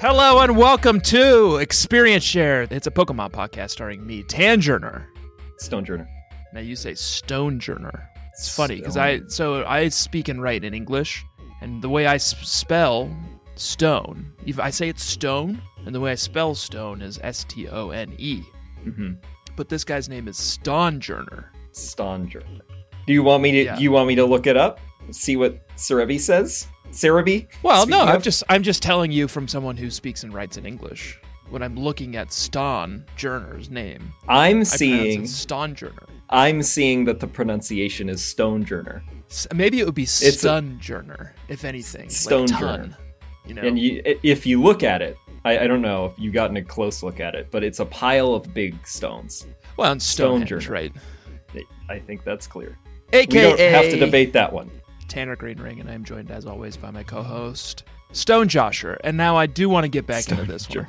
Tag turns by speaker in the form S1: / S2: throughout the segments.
S1: Hello and welcome to Experience Share. It's a Pokemon podcast starring me, Tangerner.
S2: Stonejourner.
S1: Now you say Stonejourner. It's funny because I so I speak and write in English, and the way I s- spell stone, if I say it's stone, and the way I spell stone is S T O N E.
S2: Mm-hmm.
S1: But this guy's name is Stonjourner.
S2: Stonejourner. Do you want me to?
S1: Yeah.
S2: You want me to look it up? See what Cerebi says. Cerebi.
S1: Well, no,
S2: Speaking
S1: I'm
S2: of-
S1: just I'm just telling you from someone who speaks and writes in English. When I'm looking at Stonjourner's name,
S2: I'm
S1: I pronounce
S2: seeing.
S1: it Stonjourner.
S2: I'm seeing that the pronunciation is Stonejourner,
S1: S- Maybe it would be
S2: a-
S1: Stunjourner, if anything.
S2: Stonejourner.
S1: Like ton, you know.
S2: and you, i- if you look at it, I, I don't know if you've gotten a close look at it, but it's a pile of big stones.
S1: well, and Stonehenge,
S2: Stonejourner.
S1: right?
S2: I think that's clear. We
S1: AKA
S2: don't have to debate that one.
S1: Tanner Greenring, and I'm joined as always by my co-host Stone Josher. And now I do want to get back into this one.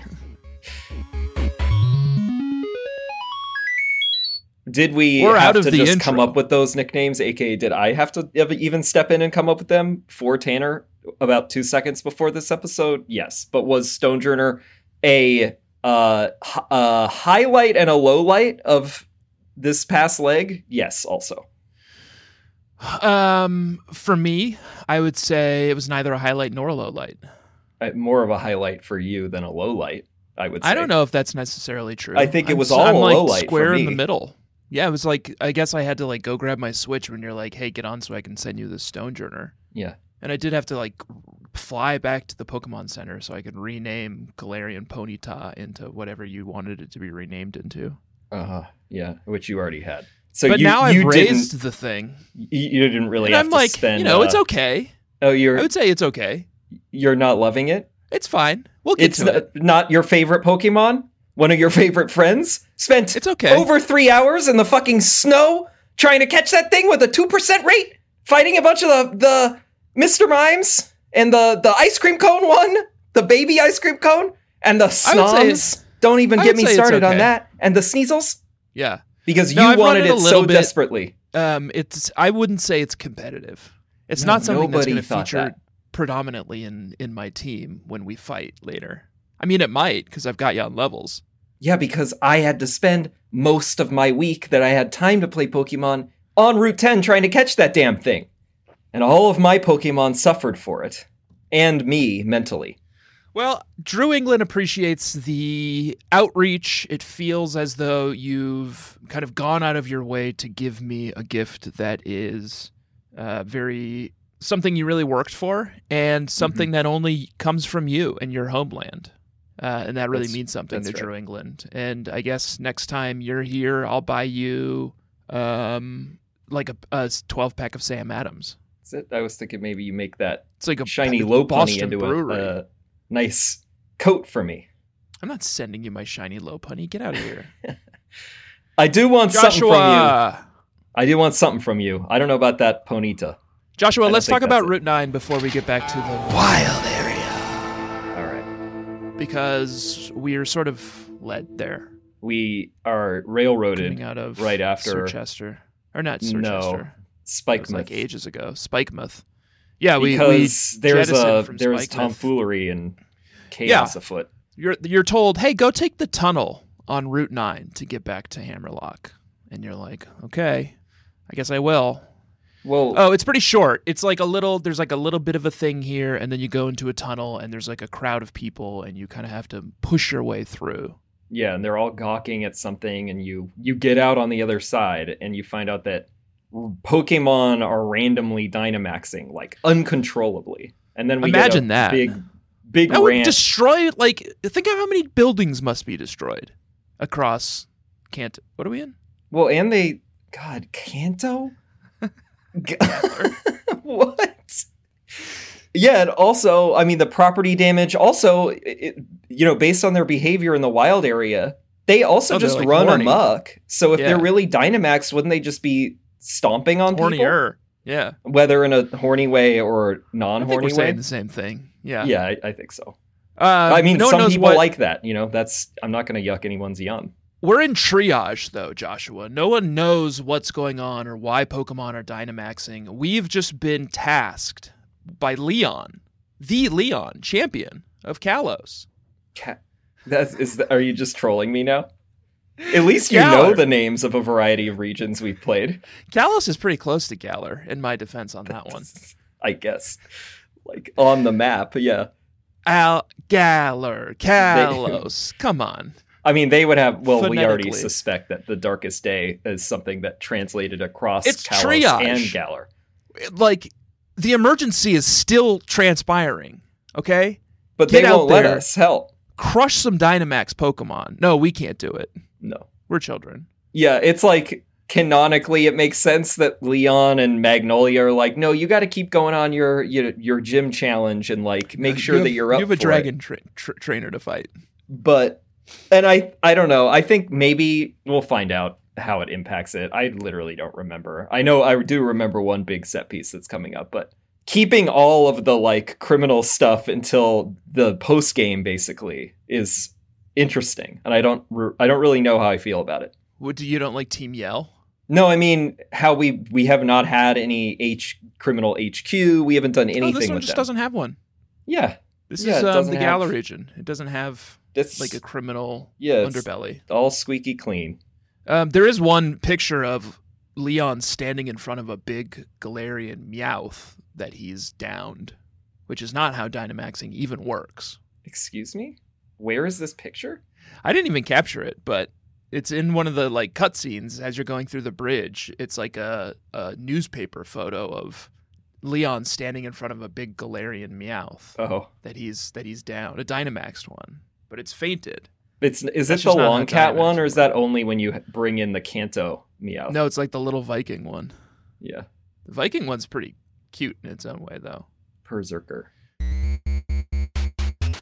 S2: Did we
S1: We're
S2: have
S1: out of
S2: to
S1: the
S2: just
S1: intro.
S2: come up with those nicknames? AKA, did I have to ev- even step in and come up with them for Tanner about two seconds before this episode? Yes, but was Stonejourner a uh, hi- a highlight and a low light of this past leg? Yes, also.
S1: Um, for me, I would say it was neither a highlight nor a low light.
S2: Uh, More of a highlight for you than a low light, I would say.
S1: I don't know if that's necessarily true.
S2: I think it
S1: I'm s-
S2: was all
S1: I'm
S2: a
S1: like
S2: low light for
S1: square in the
S2: me.
S1: middle. Yeah, it was like I guess I had to like go grab my switch when you're like, "Hey, get on so I can send you the Stonejourner."
S2: Yeah.
S1: And I did have to like fly back to the Pokemon Center so I could rename Galarian Ponyta into whatever you wanted it to be renamed into.
S2: Uh huh. Yeah, which you already had. So
S1: but
S2: you,
S1: now
S2: you
S1: I've raised
S2: didn't.
S1: the thing,
S2: You you didn't really
S1: and
S2: have
S1: I'm
S2: to
S1: like,
S2: spend.
S1: you know, it's
S2: uh,
S1: okay.
S2: Oh,
S1: I
S2: you're
S1: would say it's okay.
S2: you're not loving it.
S1: It's fine. We'll get
S2: it's
S1: to
S2: the-
S1: it.
S2: not your favorite Pokemon, one of your favorite friends, spent
S1: It's okay.
S2: over three hours in the fucking snow trying to catch that thing with a 2% rate, fighting a bunch of the, the Mr. Mimes and the, the ice cream cone one, the baby ice cream cone, and the
S1: I would say
S2: Snoms. Don't even
S1: I
S2: get
S1: would
S2: me
S1: say it's
S2: started on
S1: okay.
S2: that. And the Sneasels,
S1: yeah.
S2: because
S1: No,
S2: you
S1: I've run
S2: wanted
S1: it a
S2: it so
S1: little bit.
S2: desperately.
S1: Um, it's I wouldn't say it's competitive. It's
S2: No,
S1: not something that's
S2: nobody
S1: going to
S2: thought
S1: feature
S2: that.
S1: predominantly in in my team when we fight later. I mean, it might because I've got you on levels.
S2: Yeah, because I had to spend most of my week that I had time to play Pokemon on Route 10 trying to catch that damn thing. And all of my Pokemon suffered for it. And me mentally.
S1: Well, Drew England appreciates the outreach. It feels as though you've kind of gone out of your way to give me a gift that is uh, very something you really worked for
S2: Mm-hmm.
S1: and something that only comes from you and your homeland. Uh, and that really
S2: That's-
S1: means something to
S2: that's right.
S1: Drew England. And I guess next time you're here, I'll buy you um, like a, a 12 pack of Sam Adams.
S2: That's it. I was thinking maybe you make that
S1: It's like a
S2: shiny
S1: pack of
S2: low pony
S1: Boston
S2: into
S1: brewery.
S2: a, uh, a nice coat for me.
S1: I'm not sending you my shiny low punny. Get out of here.
S2: I do want something from you.
S1: Joshua.
S2: I do want something from you. I don't know about that Ponita.
S1: Joshua,
S2: I don't
S1: let's
S2: think
S1: talk about
S2: that's it.
S1: Route 9 before we get back to the wild area
S2: All right.
S1: because we're sort of led there
S2: We are
S1: coming
S2: railroaded
S1: out of
S2: right after-
S1: Sir Chester. Or not Sir
S2: No,
S1: Chester. It
S2: Spike
S1: was like
S2: Myth.
S1: ages ago. Spikemuth. Yeah, we
S2: because
S1: we
S2: there's
S1: jettisoned
S2: a
S1: from
S2: there's
S1: Spikemuth.
S2: tomfoolery and chaos afoot.
S1: You're you're told, "Hey, go take the tunnel on Route 9 to get back to Hammerlock." And you're like, "Okay, I guess I will."
S2: Well,
S1: Oh, it's pretty short. It's like a little. There's like a little bit of a thing here, and then you go into a tunnel, and there's like a crowd of people, and you kind of have to push your way through.
S2: yeah, and they're all gawking at something, and you you get out on the other side, and you find out that Pokemon are randomly Dynamaxing like uncontrollably, and then we
S1: Imagine that.
S2: get a big big
S1: That would
S2: rant.
S1: destroy. Like, think of how many buildings must be destroyed across. Can't. What are we in?
S2: Well, and they God Kanto, G- what? Yeah, and also, I mean, the property damage. Also, it- it, you know, based on their behavior in the wild area, they also
S1: Oh, they're,
S2: just
S1: like,
S2: run
S1: horny.
S2: amok. So if
S1: Yeah.
S2: they're really Dynamax, wouldn't they just be stomping on people?
S1: Hornier. Yeah.
S2: whether in a horny way or
S1: I think we're
S2: non-horny way.
S1: saying the same thing. Yeah.
S2: Yeah, I, I think so.
S1: Um,
S2: I mean,
S1: no one
S2: some
S1: knows
S2: people
S1: what-
S2: like that. You know, that's I'm not going to yuck anyone's yum.
S1: We're in triage though, Joshua. No one knows what's going on or why Pokemon are Dynamaxing. We've just been tasked by Leon, the Leon champion of Kalos,
S2: Ca- That's is. That, are you just trolling me now? At least you know
S1: Galar.
S2: the names of a variety of regions we've played.
S1: Kalos is pretty close to Galar in my defense on that one.
S2: I guess, like on the map. Yeah.
S1: Al Galar, Kalos. Come on.
S2: I mean, they would have. Well, we already
S1: Phonetically.
S2: suspect that the Darkest Day is something that translated across
S1: It's
S2: Kalos
S1: triage.
S2: and Galar.
S1: Like the emergency is still transpiring, okay?
S2: But
S1: Get
S2: they
S1: out
S2: won't let
S1: there.
S2: us help.
S1: Crush some Dynamax Pokemon. No, we can't do it.
S2: No.
S1: We're children.
S2: Yeah, it's like canonically it makes sense that Leon and Magnolia are like, no, you got to keep going on your, your your gym challenge and like make
S1: Uh, You
S2: sure
S1: have-
S2: that you're up.
S1: You have a
S2: for it."
S1: dragon tra- tra- trainer to fight.
S2: but and I I don't know. I think maybe we'll find out how it impacts it. I literally don't remember. I know I do remember one big set piece that's coming up, but keeping all of the like criminal stuff until the post game basically is interesting, and I don't re- I don't really know how I feel about it.
S1: What do you don't like Team Yell?
S2: No, I mean how we we have not had any H criminal HQ. We haven't done anything
S1: oh, this one
S2: with
S1: just
S2: them.
S1: doesn't have one.
S2: Yeah,
S1: This
S2: Yeah,
S1: is
S2: it
S1: um,
S2: doesn't
S1: the
S2: have-
S1: Galar region. It doesn't have
S2: that's
S1: like a criminal
S2: yeah, it's
S1: underbelly.
S2: all squeaky clean.
S1: Um, there is one picture of Leon standing in front of a big Galarian Meowth that he's downed, which is not how Dynamaxing even works.
S2: Excuse me, where is this picture?
S1: I didn't even capture it, but it's in one of the like cutscenes as you're going through the bridge. It's like a, a newspaper photo of Leon standing in front of a big Galarian Meowth
S2: Oh,
S1: that he's that he's down, a Dynamaxed one, but it's fainted.
S2: it's is
S1: That's
S2: it the
S1: just not how
S2: long cat
S1: Dynamax
S2: one or is that only when you bring in the Kanto meow?
S1: No, it's like the little Viking one.
S2: yeah,
S1: The Viking one's pretty cute in its own way, though.
S2: Berserker.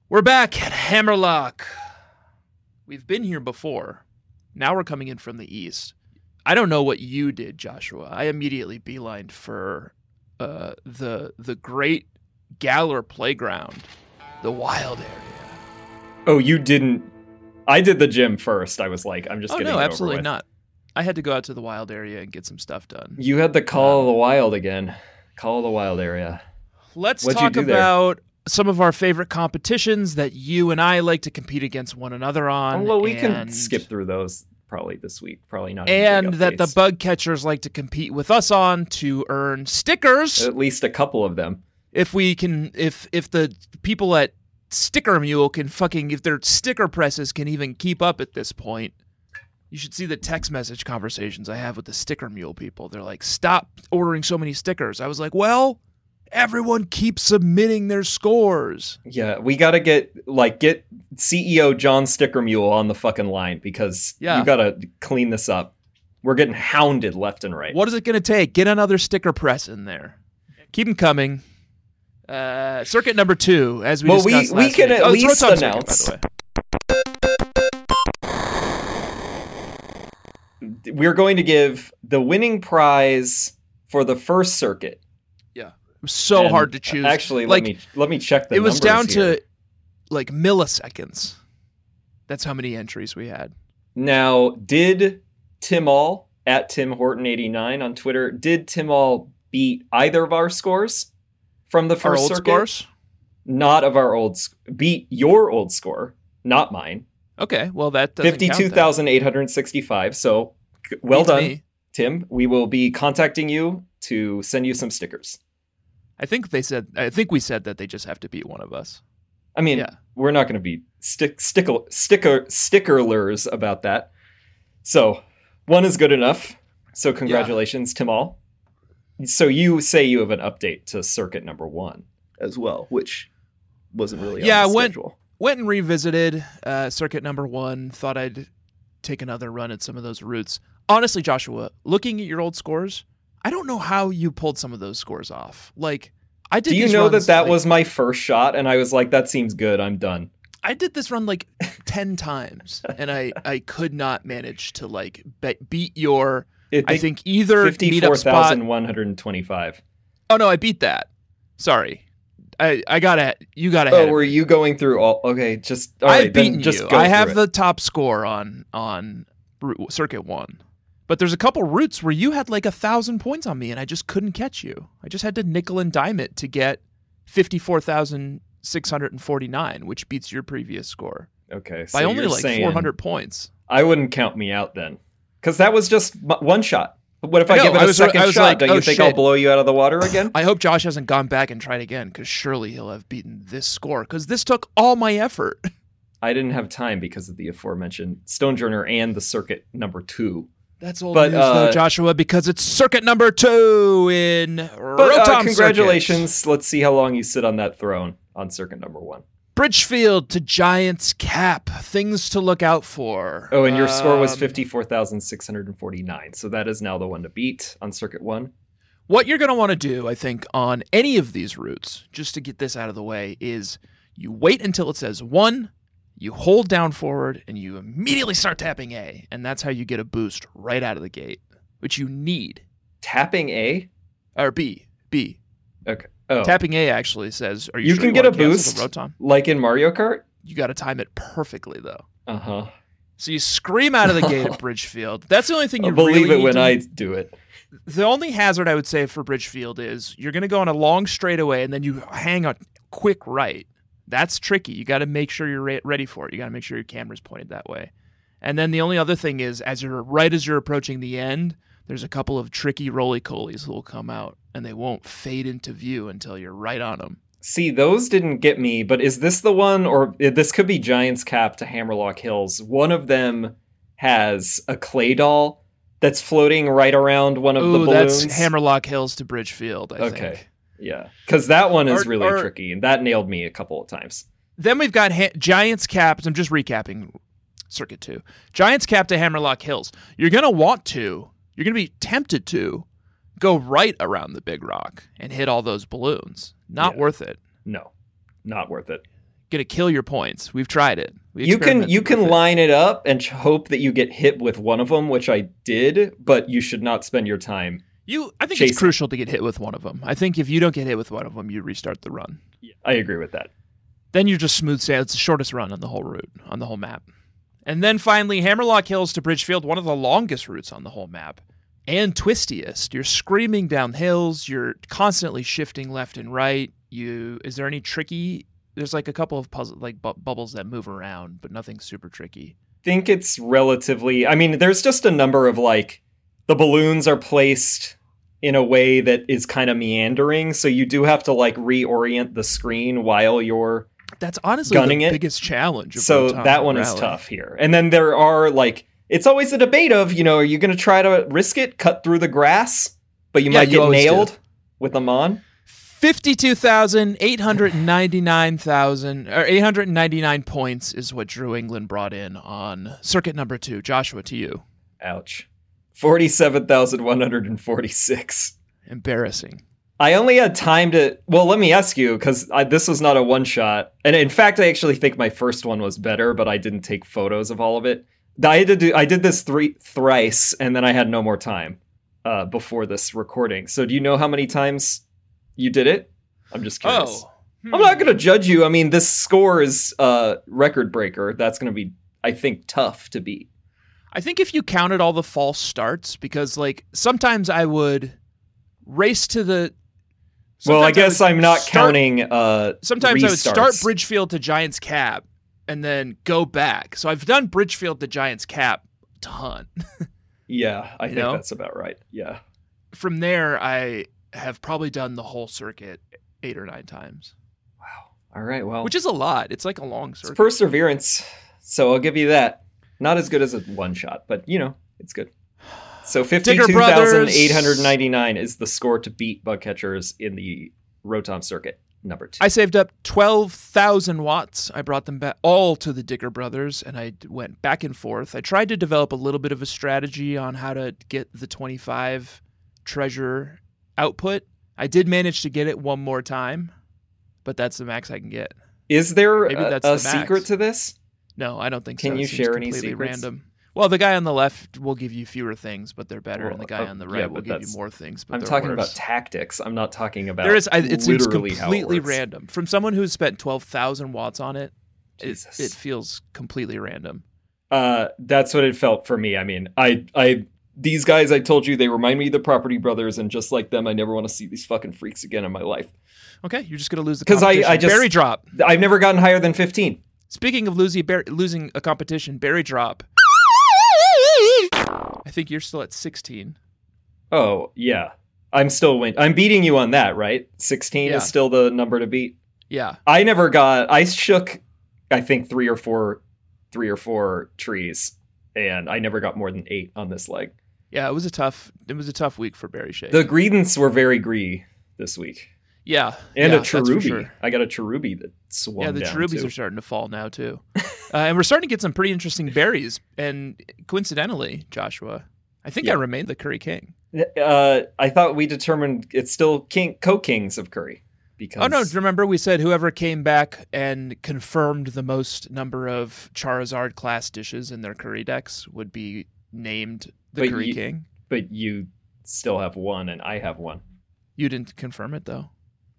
S1: We're back at Hammerlock. We've been here before. Now we're coming in from the east. I don't know what you did, Joshua. I immediately beelined for uh, the the great Galler playground, the wild area.
S2: Oh, you didn't. I did the gym first. I was like, I'm just
S1: oh
S2: getting
S1: no,
S2: it over
S1: absolutely
S2: with.
S1: not. I had to go out to the wild area and get some stuff done.
S2: You had the Call of the Wild again. Call of the Wild area.
S1: Let's
S2: What'd you
S1: talk
S2: do there?
S1: about some of our favorite competitions that you and I like to compete against one another on.
S2: Although Oh, we can
S1: and-
S2: skip through those probably this week, probably not. any big
S1: and that the
S2: updates.
S1: bug catchers like to compete with us on to earn stickers.
S2: at least a couple of them.
S1: If we can, if if the people at Sticker Mule can fucking, if their sticker presses can even keep up at this point, you should see the text message conversations I have with the Sticker Mule people. They're like, "Stop ordering so many stickers." I was like, "Well, everyone keeps submitting their scores."
S2: Yeah, we gotta get like get CEO John Sticker Mule on the fucking line because
S1: Yeah.
S2: you gotta clean this up. We're getting hounded left and right.
S1: What is it going to take? Get another sticker press in there. Keep them coming. Uh, circuit number two, as we
S2: Well, we-
S1: discussed
S2: we
S1: last
S2: can
S1: week.
S2: at
S1: Oh, it's
S2: least
S1: Rotom circuit,
S2: announce-
S1: by the way.
S2: We're going to give the winning prize for the first circuit.
S1: so
S2: And
S1: hard to choose.
S2: Actually,
S1: like
S2: let me let me check the.
S1: it was down
S2: numbers here.
S1: to like milliseconds. That's how many entries we had.
S2: now. Did Tim All at Tim Horton eighty nine on Twitter? Did Tim All beat either of our scores from the first
S1: Our old
S2: circuit?
S1: scores.
S2: Not of our old sc- beat your old score, not mine.
S1: Okay, well that doesn't count then.
S2: Fifty-two thousand eight hundred sixty-five. So, c- well
S1: Beats
S2: done,
S1: me.
S2: Tim. We will be contacting you to send you some stickers.
S1: I think they said. I think we said that they just have to beat one of us.
S2: I mean,
S1: Yeah.
S2: we're not going to be stick stickle sticker stickerlers about that. So, one is good enough. So, congratulations, Tim. All. So, you say you have an update to circuit number one as well, which wasn't really
S1: Yeah,
S2: on the
S1: I went-
S2: schedule.
S1: Went and revisited uh, circuit number one. Thought I'd take another run at some of those routes. Honestly, Joshua, looking at your old scores, I don't know how you pulled some of those scores off. Like I did.
S2: Do you
S1: these
S2: know
S1: runs,
S2: that that
S1: like-
S2: was my first shot, and I was like, "That seems good. I'm done."
S1: I did this run like 10 times and I, I could not manage to like be- beat your
S2: It,
S1: I think either meetup spot.
S2: 54,125.
S1: Oh no, I beat that. Sorry. I I got to you got ahead.
S2: Oh,
S1: of
S2: were
S1: me.
S2: you going through all? Okay, just all
S1: I've
S2: right, then
S1: beaten
S2: just
S1: you.
S2: Go
S1: I
S2: through
S1: have
S2: it.
S1: the top score on on route, circuit 1. But there's a couple routes where you had like a 1000 points on me and I just couldn't catch you. I just had to nickel and dime it to get 54,000 649, which beats your previous score
S2: Okay, so
S1: by only
S2: you're
S1: like
S2: saying
S1: 400 points.
S2: I wouldn't count me out then, because that was just m- one shot. What if I,
S1: I know,
S2: give it
S1: I
S2: a
S1: was like-
S2: second
S1: I was
S2: shot?
S1: like,
S2: Don't
S1: oh,
S2: you think I'll
S1: shit.
S2: blow you out of the water again?
S1: I hope Josh hasn't gone back and tried again because surely he'll have beaten this score because this took all my effort.
S2: I didn't have time because of the aforementioned Stonejourner and the circuit number two.
S1: That's old
S2: But,
S1: news,
S2: uh,
S1: though, Joshua, because it's circuit number two in
S2: But
S1: Rotom
S2: uh,
S1: circuit.
S2: congratulations! Let's see how long you sit on that throne on circuit number one.
S1: Bridgefield to Giants Cap. Things to look out for.
S2: Oh, and your score was
S1: Um,
S2: fifty-four thousand six hundred and forty-nine. So that is now the one to beat on circuit one.
S1: What you're going to want to do, I think, on any of these routes, just to get this out of the way, is you wait until it says one, you hold down forward, and you immediately start tapping A. And that's how you get a boost right out of the gate, which you need.
S2: Tapping A.
S1: Or B. B.
S2: Okay. Oh,
S1: Tapping A actually says, Are you,
S2: You
S1: sure
S2: can
S1: you
S2: get
S1: wanna
S2: a
S1: cancel the
S2: boost.
S1: Rotom?
S2: like in Mario Kart.
S1: You got to time it perfectly, though.
S2: Uh huh.
S1: So you scream out of the gate at Bridgefield. That's the only thing you
S2: Believe
S1: really
S2: it
S1: need
S2: when
S1: to
S2: I do it.
S1: the only hazard I would say for Bridgefield is you're going to go on a long straightaway and then you hang a quick right. That's tricky. You got to make sure you're re- ready for it. You got to make sure your camera's pointed that way. And then the only other thing is, as you're right as you're approaching the end, there's a couple of tricky roly colies that will come out and they won't fade into view until you're right on them.
S2: See, those didn't get me, but is this the one, or eh, this could be Giant's Cap to Hammerlock Hills? One of them has a clay doll that's floating right around one of the
S1: Ooh,
S2: balloons.
S1: that's Hammerlock Hills to Bridgefield. I
S2: Okay.
S1: think.
S2: Yeah, because that one is
S1: Or-
S2: really
S1: or-
S2: tricky, and that nailed me a couple of times.
S1: Then we've got ha- Giants Caps. I'm just recapping Circuit 2. Giants Cap to Hammerlock Hills. You're going to want to, you're going to be tempted to go right around the big rock and hit all those balloons. Not
S2: Yeah.
S1: worth it.
S2: No, not worth it.
S1: Going to kill your points. We've tried it. We
S2: You can
S1: experimented
S2: you can
S1: with it.
S2: line it up and ch- hope that you get hit with one of them, which I did, but you should not spend your time.
S1: You, I think
S2: chase it.
S1: it's crucial to get hit with one of them. I think if you don't get hit with one of them, you restart the run.
S2: I agree with that.
S1: Then you're just smooth sailing. It's the shortest run on the whole route, on the whole map. And then finally, Hammerlock Hills to Bridgefield, one of the longest routes on the whole map and twistiest. You're screaming down hills. You're constantly shifting left and right. You is there any tricky? There's like a couple of puzzle like bu- bubbles that move around, but nothing super tricky.
S2: think it's relatively I mean there's just a number of like the balloons are placed in a way that is kind of meandering so you do have to like reorient the screen while you're
S1: That's honestly
S2: Gunning
S1: the
S2: it.
S1: biggest challenge. Of
S2: so
S1: Rotom
S2: that one is
S1: Rally.
S2: tough here. And then there are like it's always a debate of, you know, are you going to try to risk it cut through the grass but you
S1: Yeah,
S2: might
S1: you
S2: get
S1: always do.
S2: nailed with them on?
S1: Fifty-two thousand eight hundred ninety-nine thousand or eight hundred ninety-nine points is what Drew England brought in on circuit number two. Joshua, to you,
S2: Ouch. 47,146.
S1: embarrassing.
S2: I only had time to. Well, let me ask you because this was not a one shot, and in fact, I actually think my first one was better, but I didn't take photos of all of it. I had to do. I did this three thrice, and then I had no more time uh, before this recording. So, do you know how many times you did it? I'm just
S1: Oh,
S2: curious.
S1: hmm.
S2: Hmm. I'm not going to judge you. I mean, this score is uh, record breaker. That's going to be, I think, tough to beat.
S1: I think if you counted all the false starts, because like sometimes I would race to the.
S2: well,
S1: sometimes
S2: I guess
S1: would
S2: I'm not
S1: start-
S2: counting. Uh,
S1: Sometimes I would start
S2: restarts.
S1: Bridgefield to Giants Cap and then go back. So I've done Bridgefield to Giants Cap a ton.
S2: Yeah, I
S1: you
S2: think
S1: know?
S2: that's about right. Yeah.
S1: From there, I have probably done the whole circuit eight or nine times,
S2: All right. Well,
S1: which is a lot. It's like a long
S2: it's
S1: circuit.
S2: perseverance. So I'll give you that. Not as good as a one shot, but you know, it's good. So
S1: Digger
S2: 52,899 is the score to beat bug catchers in the Rotom circuit number two.
S1: I saved up 12,000 watts. I brought them back all to the Dicker brothers and I d- went back and forth. I tried to develop a little bit of a strategy on how to get the 25 treasure output. I did manage to get it one more time, but that's the max I can get.
S2: is there
S1: Maybe
S2: a,
S1: that's
S2: a
S1: the max.
S2: secret to this?
S1: No, I don't think so.
S2: Can
S1: It
S2: you
S1: seems
S2: share any
S1: completely
S2: secrets?
S1: random. Well, the guy on the left will give you fewer things, but they're better, and the
S2: Well,
S1: guy
S2: uh,
S1: on the
S2: yeah,
S1: right will
S2: but
S1: give you
S2: that's-
S1: more things. But
S2: I'm
S1: they're
S2: talking
S1: worse.
S2: about tactics. I'm not talking about.
S1: There is. I, it seems
S2: literally how it
S1: completely
S2: works.
S1: random from someone who's spent twelve thousand watts on it. It,
S2: Jesus.
S1: it feels completely random.
S2: Uh, that's what it felt for me. I mean, I I these guys, I told you, they remind me of the Property Brothers, and just like them, I never want to see these fucking freaks again in my life.
S1: Okay, you're just gonna lose the
S2: 'Cause I-
S1: competition.
S2: I just-
S1: Barry drop.
S2: I've never gotten higher than 15.
S1: Speaking of losing bar- losing a competition, Barry drop. I think you're still at 16.
S2: Oh, yeah. I'm still win. I'm beating you on that, right? 16
S1: Yeah.
S2: is still the number to beat.
S1: Yeah.
S2: I never got. I shook, I think three or four, three or four trees, and I never got more than eight on this leg.
S1: Yeah, it was a tough it was a tough week for Barry Shade.
S2: The greedents were very gree this week,
S1: yeah.
S2: and
S1: yeah,
S2: a
S1: that's for
S2: cherubi.
S1: sure.
S2: I got a cherubi that swung.
S1: Yeah, the
S2: down
S1: cherubies
S2: too.
S1: are starting to fall now too. uh, and we're starting to get some pretty interesting berries and coincidentally, Joshua, I think
S2: Yeah.
S1: I remained the curry king.
S2: Uh, I thought we determined it's still king co kings of curry because
S1: Oh no! Remember we said whoever came back and confirmed the most number of Charizard class dishes in their curry decks would be named the
S2: But
S1: curry
S2: you-
S1: king.
S2: but you still have one and I have one.
S1: You didn't confirm it though.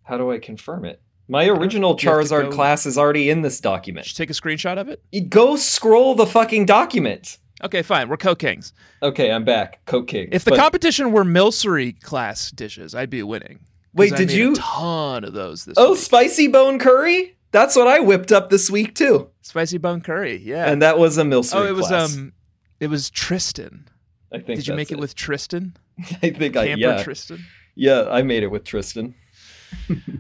S2: How do I confirm it? My original
S1: You have to
S2: Charizard
S1: go-
S2: class is already in this
S1: Did you
S2: document.
S1: take a screenshot of it?
S2: You Go scroll the fucking document.
S1: Okay, fine. We're co kings.
S2: Okay, I'm back. Co king.
S1: If the competition were Milcery class dishes, I'd be winning. 'Cause
S2: Wait,
S1: I
S2: did
S1: made
S2: you-
S1: A ton of those this
S2: Oh,
S1: week.
S2: spicy bone curry? That's what I whipped up this week too.
S1: spicy bone curry. Yeah.
S2: And that was a Milcery
S1: oh, it was
S2: class.
S1: um, it was Tristan.
S2: I think
S1: Did you
S2: that's
S1: make it, with Tristan?
S2: I think I
S1: Camper
S2: yeah.
S1: Tristan.
S2: yeah, I made it with Tristan.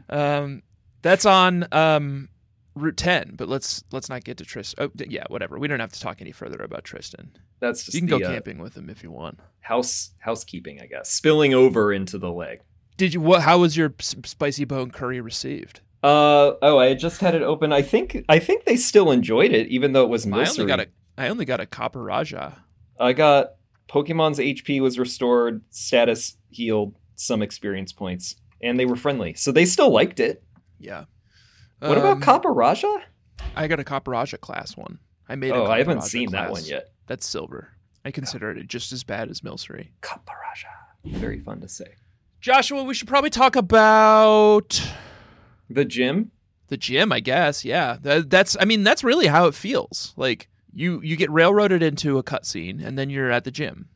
S1: Um, that's on um, Route 10, but let's let's not get to Tristan. Oh, d- yeah, whatever. We don't have to talk any further about Tristan.
S2: That's just
S1: you can
S2: the
S1: go
S2: uh,
S1: camping with him if you want.
S2: house housekeeping, I guess. Spilling over into the leg.
S1: Did you? What? How was your s- spicy bone curry received?
S2: Uh oh, I had just had it open. I think I think they still enjoyed it, even though it was
S1: I only
S2: Milcery.
S1: got a I only got a copper raja.
S2: I got Pokemon's HP was restored, status healed, some experience points, and they were friendly, so they still liked it.
S1: Yeah.
S2: What
S1: Um,
S2: about Copper Raja?
S1: I got a copper raja class one. I made.
S2: Oh,
S1: I
S2: I haven't seen that one yet.
S1: That's silver. I consider it just as bad as Milcery.
S2: Copper Raja, very fun to say.
S1: Joshua, we should probably talk about
S2: The gym.
S1: the gym i guess yeah That- that's i mean that's really how it feels like you you get railroaded into a cutscene and then you're at the gym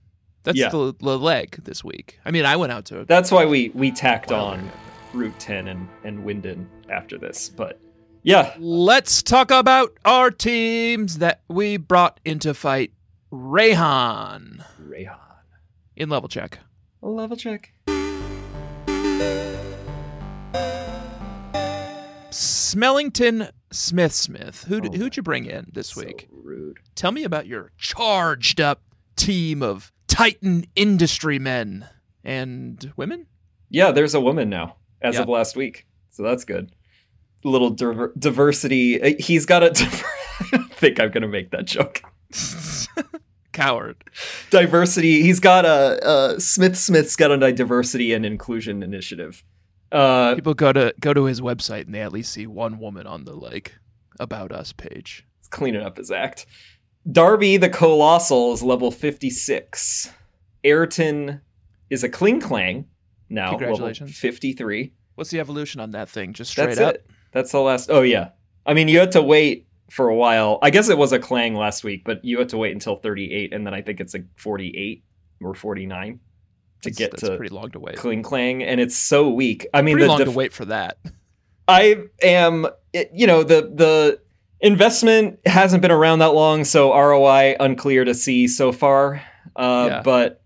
S1: that's
S2: Yeah.
S1: the, the leg this week i mean i went out to a
S2: That's why we we tacked
S1: Wow.
S2: on Route 10 and and Winden after this, but yeah,
S1: let's talk about our teams that we brought into fight rayhan
S2: Rayhan.
S1: in level check
S2: A level check.
S1: smellington smith smith who
S2: Oh
S1: did,
S2: my
S1: who'd you bring in this
S2: So
S1: week
S2: rude.
S1: tell me about your charged up team of titan industry men and women
S2: Yeah, there's a woman now as
S1: Yeah.
S2: of last week. So that's good. Little diver- diversity. Uh, He's got a. Diver- I don't think I'm going to make that joke.
S1: Coward.
S2: Diversity. He's got a. Uh, Smith Smith's got a diversity and inclusion initiative. Uh,
S1: People go to go to his website and they at least see one woman on the like about us page.
S2: it's cleaning up his act. Darby the Colossal is level 56. Ayrton is a Kling Clang now. Level
S1: Congratulations.
S2: 53.
S1: What's the evolution on that thing? Just straight
S2: That's
S1: up.
S2: it. That's the last. Oh yeah. I mean, you had to wait for a while. I guess it was a clang last week, but you had to wait until 38, and then I think it's like 48 or 49 to
S1: That's-
S2: get
S1: that's
S2: to
S1: pretty long to wait.
S2: cling clang, and it's so weak. I mean,
S1: pretty
S2: the
S1: long
S2: def-
S1: to wait for that.
S2: I am, it- you know, the the investment hasn't been around that long, so ROI unclear to see so far. Uh,
S1: Yeah.
S2: But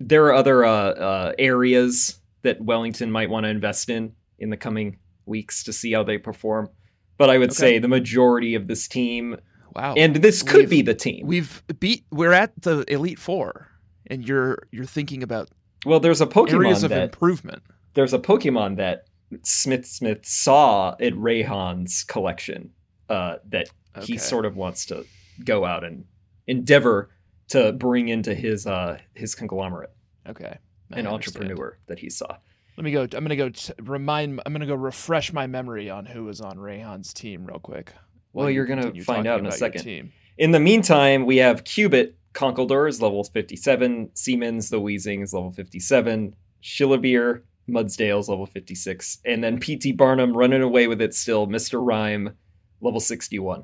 S2: there are other uh, uh, areas that Wellington might want to invest in in the coming weeks to see how they perform. But I would
S1: Okay.
S2: say the majority of this team,
S1: Wow.
S2: and this could
S1: We've-
S2: be the team.
S1: we've beat we're at the Elite Four and you're you're thinking about
S2: well, there's a Pokemon
S1: areas
S2: that
S1: of improvement.
S2: there's a Pokemon that Smith Smith saw at Rayhan's collection uh, that he
S1: Okay.
S2: sort of wants to go out and endeavor to bring into his uh his conglomerate
S1: Okay. I understand.
S2: an entrepreneur that he saw
S1: Let me go. I'm gonna go t- remind. I'm gonna go refresh my memory on who was on Rayhan's team real quick. while
S2: Well,
S1: you
S2: you're gonna
S1: continue
S2: find
S1: talking
S2: out in a
S1: about your
S2: second.
S1: Team.
S2: in the meantime we have cubit conkledor is level 57 siemens the wheezing is level 57 shillabeer mudsdale is level 56 and then pt barnum running away with it still mr rhyme level 61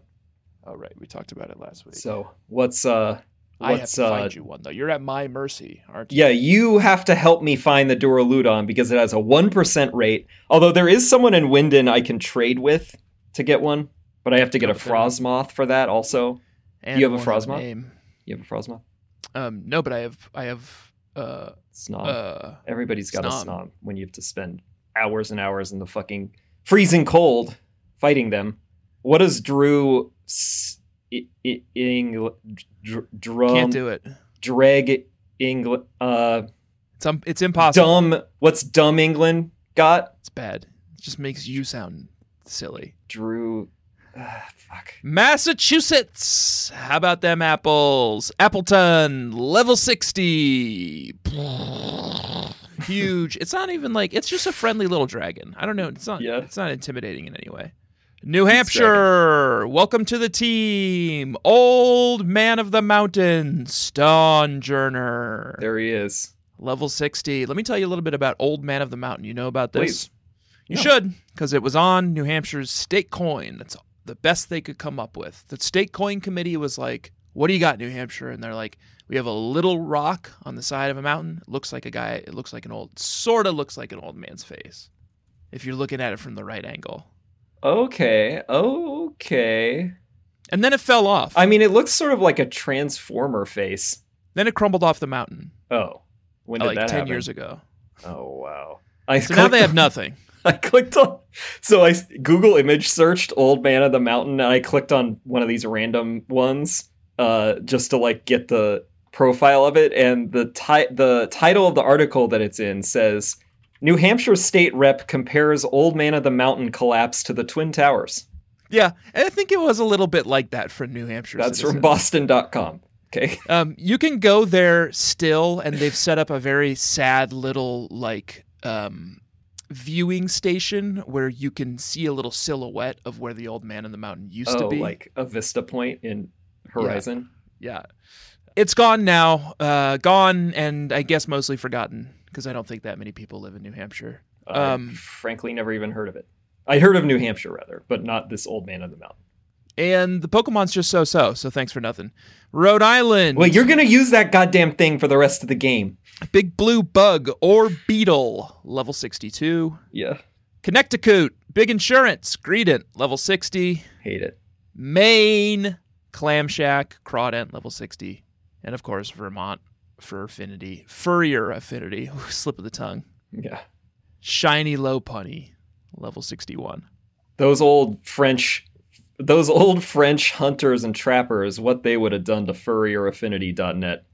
S1: Oh right, we talked about it last week.
S2: so what's uh
S1: I have
S2: What's,
S1: to
S2: uh,
S1: find you one though. You're at my mercy, aren't you?
S2: Yeah, you have to help me find the Duraludon because it has a 1% rate. Although there is someone in Winden I can trade with to get one, but I have to get a
S1: Not a bad one.
S2: Frozmoth for that also.
S1: And
S2: you have a
S1: one with
S2: Frozmar?
S1: name.
S2: You have a Frozmoth?
S1: Um, no, but I have I have uh
S2: Snom.
S1: uh
S2: Everybody's got
S1: Snom.
S2: a Snom when you have to spend hours and hours in the fucking freezing cold fighting them. What does Drew. S- I- I- Ing- dr- drum,
S1: can't do it.
S2: Dreg England. Uh,
S1: It's um, it's impossible.
S2: Dumb. What's dumb England got?
S1: It's bad. It just makes you sound silly.
S2: Drew. ah, fuck.
S1: Massachusetts. How about them apples? Appleton, level 60. Huge. It's not even like it's just a friendly little dragon. I don't know. It's not
S2: Yeah.
S1: it's not intimidating in any way. New Hampshire, welcome to the team. Old man of the mountain, Stonjourner.
S2: There he is.
S1: Level 60. Let me tell you a little bit about Old Man of the Mountain. You know about this?
S2: Please.
S1: You
S2: No.
S1: should, because it was on New Hampshire's state coin. That's the best they could come up with. The state coin committee was like, What do you got, New Hampshire? And they're like, We have a little rock on the side of a mountain. It looks like a guy, it looks like an old, sort of looks like an old man's face, if you're looking at it from the right angle.
S2: Okay. Okay.
S1: And then it fell off.
S2: I mean, it looks sort of like a transformer face.
S1: then it crumbled off the mountain
S2: Oh, when
S1: uh,
S2: did
S1: like
S2: that
S1: 10
S2: happen?
S1: years ago.
S2: Oh wow. I
S1: So now
S2: clicked
S1: they have
S2: on-
S1: nothing.
S2: I clicked on. So I s- Google image searched "Old Man of the Mountain" and I clicked on one of these random ones uh, just to like get the profile of it. And the ti- the title of the article that it's in says "New Hampshire State Rep compares Old Man of the Mountain collapse to the Twin Towers."
S1: Yeah. And I think it was a little bit like that for New Hampshire.
S2: That's
S1: citizens.
S2: from Boston.com. Okay.
S1: Um, you can go there still, and they've set up a very sad little like um, viewing station where you can see a little silhouette of where the old man in the mountain used to
S2: Oh,
S1: be.
S2: like a vista point in Horizon.
S1: yeah, it's gone now, uh, gone, and I guess mostly forgotten because I don't think that many people live in New Hampshire.
S2: I
S1: Um,
S2: frankly never even heard of it. I heard of New Hampshire rather, but not this Old Man of the Mountain.
S1: And the Pokemon's just so-so, so thanks for nothing. Rhode Island.
S2: Well, you're gonna use that goddamn thing for the rest of the game.
S1: big blue bug or beetle, level sixty-two.
S2: Yeah,
S1: Connecticut, big insurance, Greedent, level 60.
S2: hate it.
S1: Maine, Clam Shack, Crawdent, level 60. And of course, Vermont, Fur Affinity, Furrier Affinity, slip of the tongue.
S2: Yeah,
S1: Shiny Low Punny, level 61.
S2: those old French, those old French hunters and trappers. What they would have done to FurrierAffinity.net.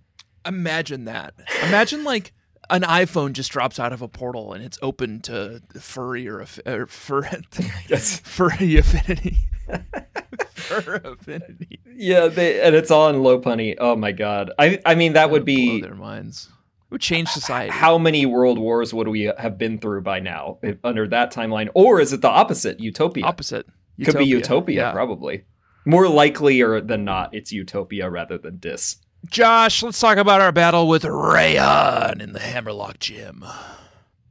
S1: Imagine that. Imagine like an iPhone just drops out of a portal and it's open to Furrier Aff- or Fur
S2: Yes.
S1: Furry Affinity. Fur Affinity.
S2: Yeah, they, and it's all in low punny. Oh my god. I I mean that would
S1: blow
S2: be
S1: their minds. It would change society.
S2: how many world wars would we have been through by now if, under that timeline? Or is it the opposite? Utopia.
S1: opposite.
S2: Could be utopia,
S1: Yeah.
S2: probably. More likelier than not, it's utopia rather than dis.
S1: Josh, let's talk about our battle with Rayon in the Hammerlock Gym.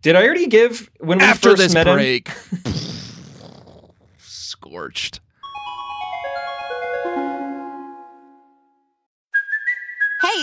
S2: Did I already give when we
S1: After
S2: first
S1: this
S2: met him?
S1: break, scorched.
S3: Hey,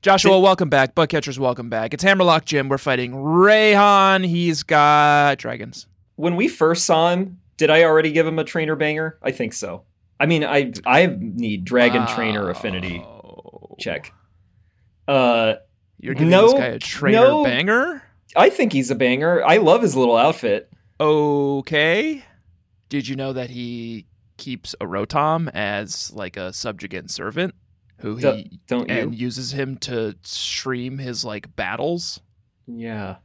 S1: Joshua, welcome back. Buckcatchers, welcome back. It's Hammerlock Gym. We're fighting Rayon. He's got dragons.
S2: When we first saw him, did I already give him a trainer banger? I think so. I mean, I I need dragon trainer affinity
S1: Wow.
S2: check. Uh,
S1: Oh. You're giving
S2: No,
S1: this guy a trainer
S2: no.
S1: banger.
S2: I think he's a banger. I love his little outfit.
S1: Okay. Did you know that he keeps a Rotom as like a subjugant servant who he
S2: Do- don't
S1: and
S2: you?
S1: uses him to stream his like battles?
S2: Yeah.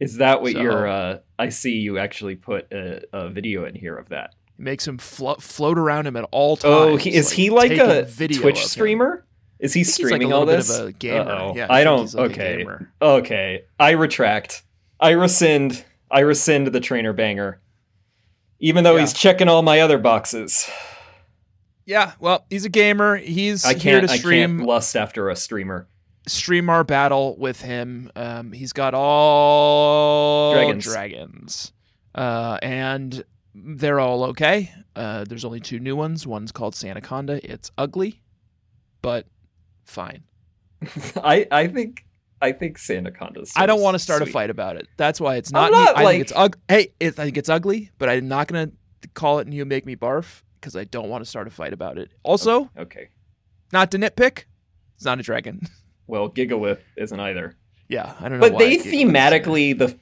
S2: Is that what
S1: So-
S2: your? Uh, I see you actually put a, a video in here of that.
S1: It makes him flo- float around him at all times.
S2: Oh, he, is he like
S1: taking
S2: a
S1: video
S2: Twitch
S1: of him.
S2: streamer? Is he
S1: I think he's, like,
S2: streaming
S1: a little
S2: all
S1: bit
S2: this?
S1: of a gamer.
S2: Uh-oh.
S1: Yeah, I
S2: I,
S1: think
S2: don't.
S1: he's, like, a
S2: okay,
S1: gamer.
S2: okay. I retract. I rescind. I rescind the trainer banger, even though
S1: Yeah.
S2: he's checking all my other boxes.
S1: Yeah, well, he's a gamer. He's
S2: I
S1: here to
S2: can't. I
S1: stream
S2: can't lust after a streamer.
S1: stream our battle with him. Um, he's got all
S2: Dragons.
S1: dragons. Uh, and they're all okay. Uh, there's only two new ones. One's called Santaconda. It's ugly, but fine.
S2: I. I think. I think Sandaconda's.
S1: I don't want to start a fight about it. That's why it's not.
S2: I'm
S1: new-
S2: not,
S1: I
S2: like-
S1: think it's ugly. Hey, it, I think it's ugly, but I'm not gonna call it "and you make me barf" because I don't want to start a fight about it. Also,
S2: Okay.
S1: not to nitpick, it's not a dragon.
S2: Well, Gigawith isn't either.
S1: yeah, I don't know.
S2: but
S1: why
S2: they
S1: I gave it that.
S2: thematically the f-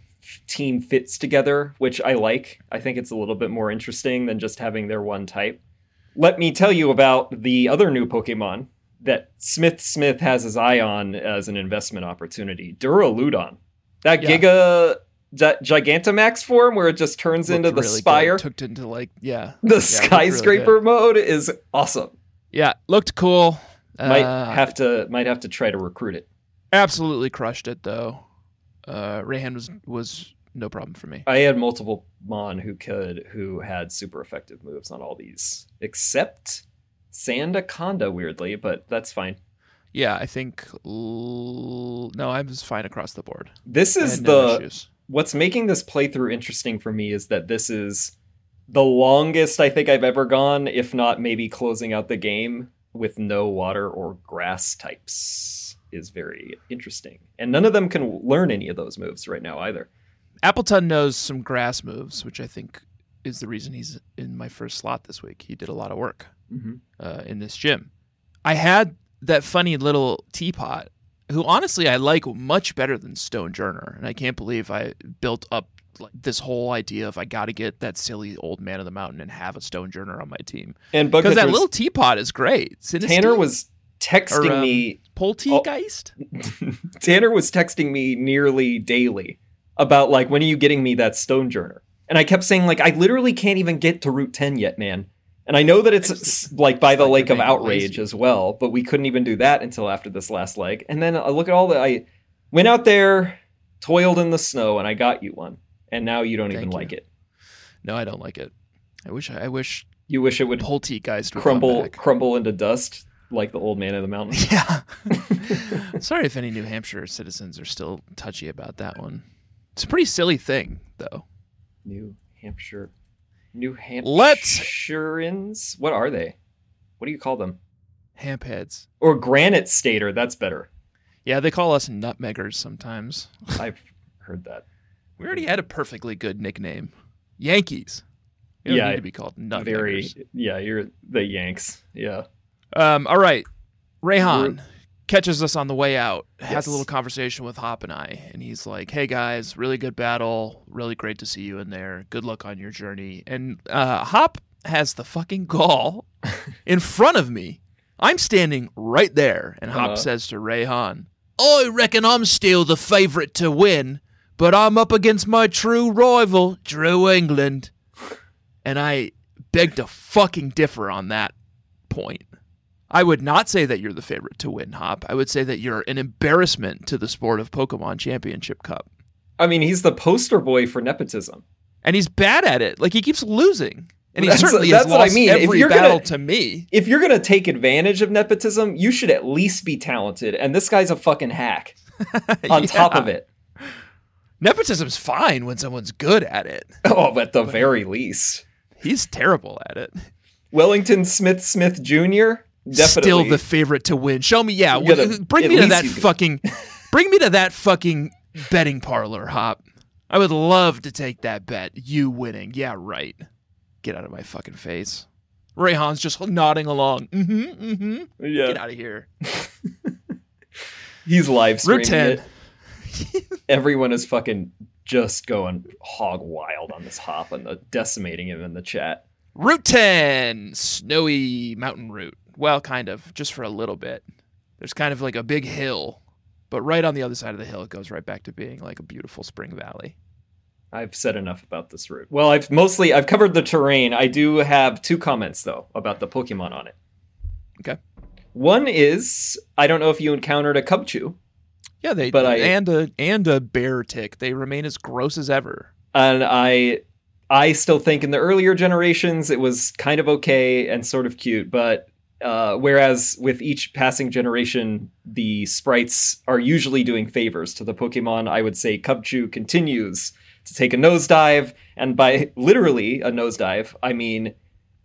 S2: team fits together which i like i think it's a little bit more interesting than just having their one type let me tell you about the other new pokemon that smith smith has his eye on as an investment opportunity duraludon that
S1: Yeah.
S2: giga gi- gigantamax form where it just turns into
S1: Looked
S2: the
S1: really good.
S2: spire
S1: Took into like yeah,
S2: the
S1: looked really
S2: skyscraper mode is awesome
S1: yeah, looked cool.
S2: might
S1: Uh,
S2: have to might have to try to recruit it
S1: absolutely crushed it though. Uh, Rayhan was was no problem for me.
S2: I had multiple Mon who could who had super effective moves on all these, except Sandaconda, weirdly, but that's fine.
S1: Yeah, I think l- no, I was fine across the board.
S2: This
S1: I
S2: is
S1: had no
S2: the
S1: issues.
S2: what's making this playthrough interesting for me is that this is the longest I think I've ever gone, if not maybe closing out the game with no water or grass types is very interesting. And none of them can learn any of those moves right now either.
S1: Appleton knows some grass moves, which I think is the reason he's in my first slot this week. He did a lot of work uh, in this gym. I had that funny little teapot, who honestly I like much better than Stonejourner, and I can't believe I built up like this whole idea of I got to get that silly old man of the mountain and have a Stonejourner on my team
S2: And
S1: because that
S2: Bugcatcher's-
S1: little teapot is great. Sinistea,
S2: Tanner was texting
S1: um,
S2: me
S1: Poltegeist.
S2: Tanner was texting me nearly daily about like when are you getting me that Stonejourner? And I kept saying like I literally can't even get to Route 10 yet, man. And I know that it's s- like by the
S1: like
S2: Lake
S1: you're
S2: of
S1: being
S2: Outrage
S1: lazy.
S2: as well, but we couldn't even do that until after this last leg. And then I look at all the I went out there, toiled in the snow, and I got you one. And now you don't
S1: Thank
S2: even
S1: you.
S2: like it.
S1: No, I don't like it. I wish I wish
S2: You wish it would
S1: Poltegeist would come
S2: crumble
S1: back.
S2: crumble into dust like the old man of the mountain.
S1: Yeah. Sorry if any New Hampshire citizens are still touchy about that one. It's a pretty silly thing, though.
S2: New Hampshire. New Hampshire.
S1: Let's-
S2: What are they? What do you call them?
S1: Hamp heads.
S2: Or Granite Stater. That's better.
S1: Yeah, they call us nutmeggers sometimes.
S2: I've heard that.
S1: We already had a perfectly good nickname Yankees. We don't
S2: Yeah,
S1: need to be called nutmeggers.
S2: Very. Yeah, you're the Yanks. Yeah.
S1: Um, all right. Rayhan
S2: We're-
S1: catches us on the way out, has
S2: Yes.
S1: a little conversation with Hop and I, and he's like, Hey guys, really good battle. Really great to see you in there. Good luck on your journey. And uh, Hop has the fucking gall in front of me. I'm standing right there, and Hop
S2: Uh-huh.
S1: says to Rayhan, I reckon I'm still the favorite to win, but I'm up against my true rival, Drew England. And I beg to fucking differ on that point. I would not say that you're the favorite to win, Hop. I would say that you're an embarrassment to the sport of Pokemon Championship Cup.
S2: I mean, he's the poster boy for nepotism.
S1: And he's bad at it. Like he keeps losing. And he
S2: That's-
S1: certainly
S2: that's
S1: has
S2: what I
S1: lost
S2: mean. If
S1: every
S2: you're gonna-
S1: battle to me.
S2: If you're gonna take advantage of nepotism, you should at least be talented. And this guy's a fucking hack. On
S1: Yeah.
S2: top of it.
S1: Nepotism's fine when someone's good at it.
S2: Oh, at the very least.
S1: He's terrible at it.
S2: Wellington Smith Smith Jr. Definitely.
S1: Still the favorite to win. Show me, yeah.
S2: You gotta-
S1: w- bring
S2: at
S1: me to
S2: least
S1: that
S2: you can-
S1: fucking bring me to that fucking betting parlor, Hop. I would love to take that bet. You winning. Yeah, right. Get out of my fucking face. Rayhan's just nodding along. Mm-hmm. Mm-hmm. Get
S2: yeah.
S1: out of here.
S2: He's live
S1: Route
S2: streaming
S1: 10.
S2: it. everyone is fucking just going hog wild on this hop and the, decimating him in the chat.
S1: Route 10. Snowy mountain route. Well, kind of, just for a little bit. There's kind of like a big hill, but right on the other side of the hill, it goes right back to being like a beautiful spring valley.
S2: I've said enough about this route. Well, I've mostly I've covered the terrain. I do have two comments though about the Pokemon on it.
S1: Okay.
S2: One is I don't know if you encountered a cub chew,
S1: Yeah, they
S2: But I-
S1: and a and a bear tick. They remain as gross as ever.
S2: and I I still think in the earlier generations it was kind of okay and sort of cute, but uh, whereas with each passing generation, the sprites are usually doing favors to the Pokemon. I would say Cubchoo continues to take a nosedive, and by literally a nosedive, I mean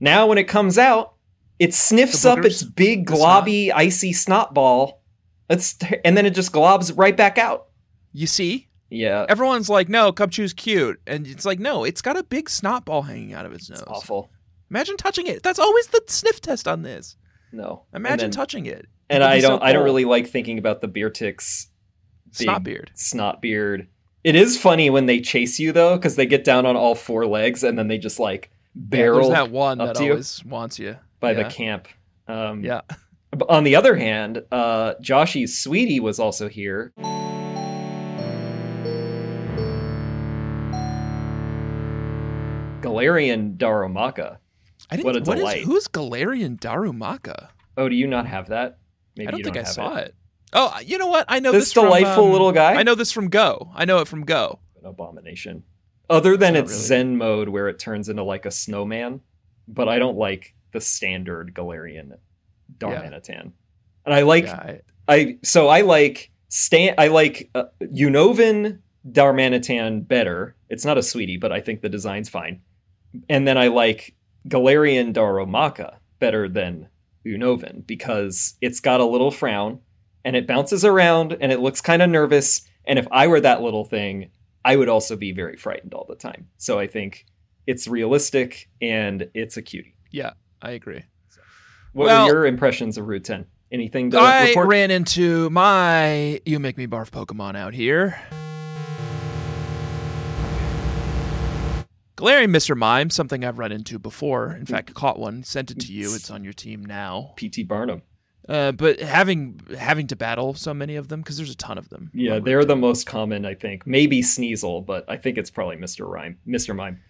S2: now when it comes out, it sniffs
S1: The
S2: up
S1: boogers?
S2: its big
S1: The snot?
S2: globby icy snot ball. It's and then it just globs right back out.
S1: You see,
S2: Yeah,
S1: everyone's like, "No, Cub Chew's cute," and it's like, "No, it's got a big snot ball hanging out of its nose."
S2: it's awful.
S1: Imagine touching it. That's always the sniff test on this.
S2: No, And
S1: Imagine
S2: then-
S1: touching it.
S2: and
S1: It'd be
S2: I
S1: so
S2: don't I don't
S1: cold.
S2: really like thinking about the beer ticks
S1: snot
S2: big-
S1: beard.
S2: snot beard. It is funny when they chase you though, because they get down on all four legs and then they just like
S1: There's
S2: barrel
S1: that one
S2: up
S1: that
S2: to you.
S1: always wants you
S2: by
S1: yeah.
S2: the camp. Um,
S1: Yeah.
S2: but On the other hand, uh, Joshy's sweetie was also here. Galarian Darumaka.
S1: I didn't.
S2: What a
S1: what is-
S2: delight.
S1: who's Galarian Darumaka?
S2: Oh, do you not have that? Maybe
S1: I don't
S2: you
S1: think I
S2: have
S1: saw it. Oh, you know what? I know this,
S2: This delightful
S1: from, um,
S2: little guy?
S1: I know this from Go. I know it from Go.
S2: an abomination. Other than
S1: Not
S2: its
S1: really.
S2: Zen mode where it turns into like a snowman, but I don't like the standard Galarian Darmanitan. And I like
S1: Yeah, I-
S2: I so I like Stan I like uh, Unovan Darmanitan better. It's not a sweetie, but I think the design's fine. And then I like Galarian Daromaka better than Unovan because it's got a little frown and it bounces around and it looks kind of nervous. And if I were that little thing, I would also be very frightened all the time. So I think it's realistic and it's a cutie.
S1: yeah, I agree.
S2: What
S1: Well-
S2: were your impressions of Route 10? Anything to
S1: I
S2: report?
S1: ran into my you make me barf Pokemon out here. Galarian Mr. Mime, something I've run into before. In fact, caught one, sent it to you. It's on your team now.
S2: PT Barnum.
S1: Uh, but having having to battle so many of them because there's a ton of them.
S2: Yeah, they're the most common, I think. Maybe Sneasel, but I think it's probably Mr. Rhyme. Mr. Mime.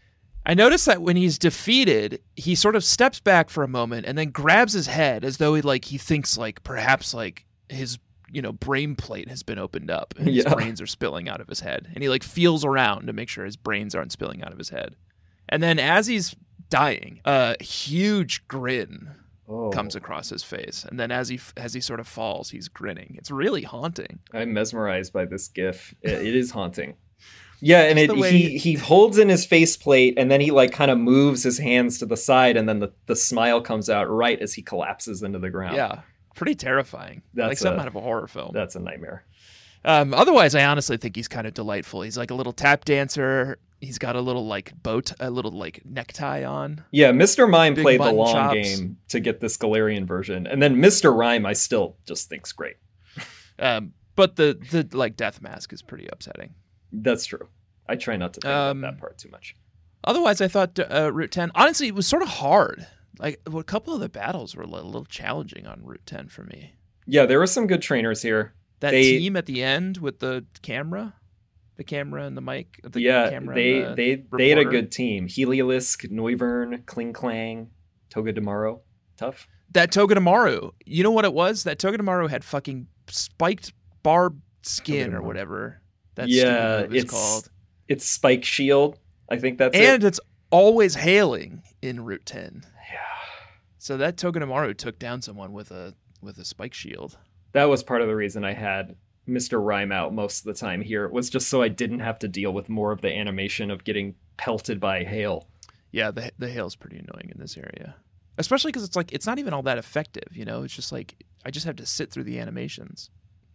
S1: I noticed that when he's defeated, he sort of steps back for a moment and then grabs his head as though he like he thinks like perhaps like his you know brain plate has been opened up and his
S2: Yeah.
S1: brains are spilling out of his head and he like feels around to make sure his brains aren't spilling out of his head. And then as he's dying, a huge grin
S2: Oh,
S1: comes across his face and then as he as he sort of falls, he's grinning. It's really haunting.
S2: I'm mesmerized by this gif. It, it is haunting. Yeah, and
S1: Just
S2: it,
S1: the way-
S2: he he holds in his faceplate, and then he like kind of moves his hands to the side, and then the, the smile comes out right as he collapses into the ground.
S1: Yeah. Pretty terrifying.
S2: That's
S1: like something
S2: a-
S1: out of a horror film.
S2: that's a nightmare.
S1: Um, otherwise, I honestly think he's kind of delightful. He's like a little tap dancer. He's got a little like boat, a little like necktie on.
S2: Yeah, Mr. Mime
S1: Big
S2: played the
S1: mutton
S2: long
S1: chops.
S2: game to get this Galarian version, and then Mr. Rhyme, I still just think's great.
S1: Um, but the the like death mask is pretty upsetting.
S2: That's true. I try not to think
S1: Um,
S2: about that part too much.
S1: Otherwise, I thought uh, Route Ten. Honestly, it was sort of hard. Like a couple of the battles were a little, little challenging on Route Ten for me.
S2: Yeah, there were some good trainers here.
S1: That
S2: They-
S1: team at the end with the camera, the camera and the mic. The
S2: yeah,
S1: camera
S2: they
S1: and the
S2: they they had a
S1: reporter.
S2: good team. Heliolisk, Noivern, Kling Klang, Toga Tomorrow. Tough.
S1: That Togedemaru, you know what it was? That Togedemaru had fucking spiked barb skin or
S2: Togedemaru.
S1: whatever. That
S2: Yeah,
S1: stupid move is
S2: it's-
S1: called.
S2: It's Spike Shield. I think that's
S1: and
S2: it.
S1: it's always hailing in Route 10. Yeah. So that Togedemaru took down someone with a with a spike shield.
S2: That was part of the reason I had Mr. Rhyme out most of the time here. It was just so I didn't have to deal with more of the animation of getting pelted by hail.
S1: Yeah, the the hail's pretty annoying in this area. Especially cuz it's like it's not even all that effective, you know? It's just like I just have to sit through the animations.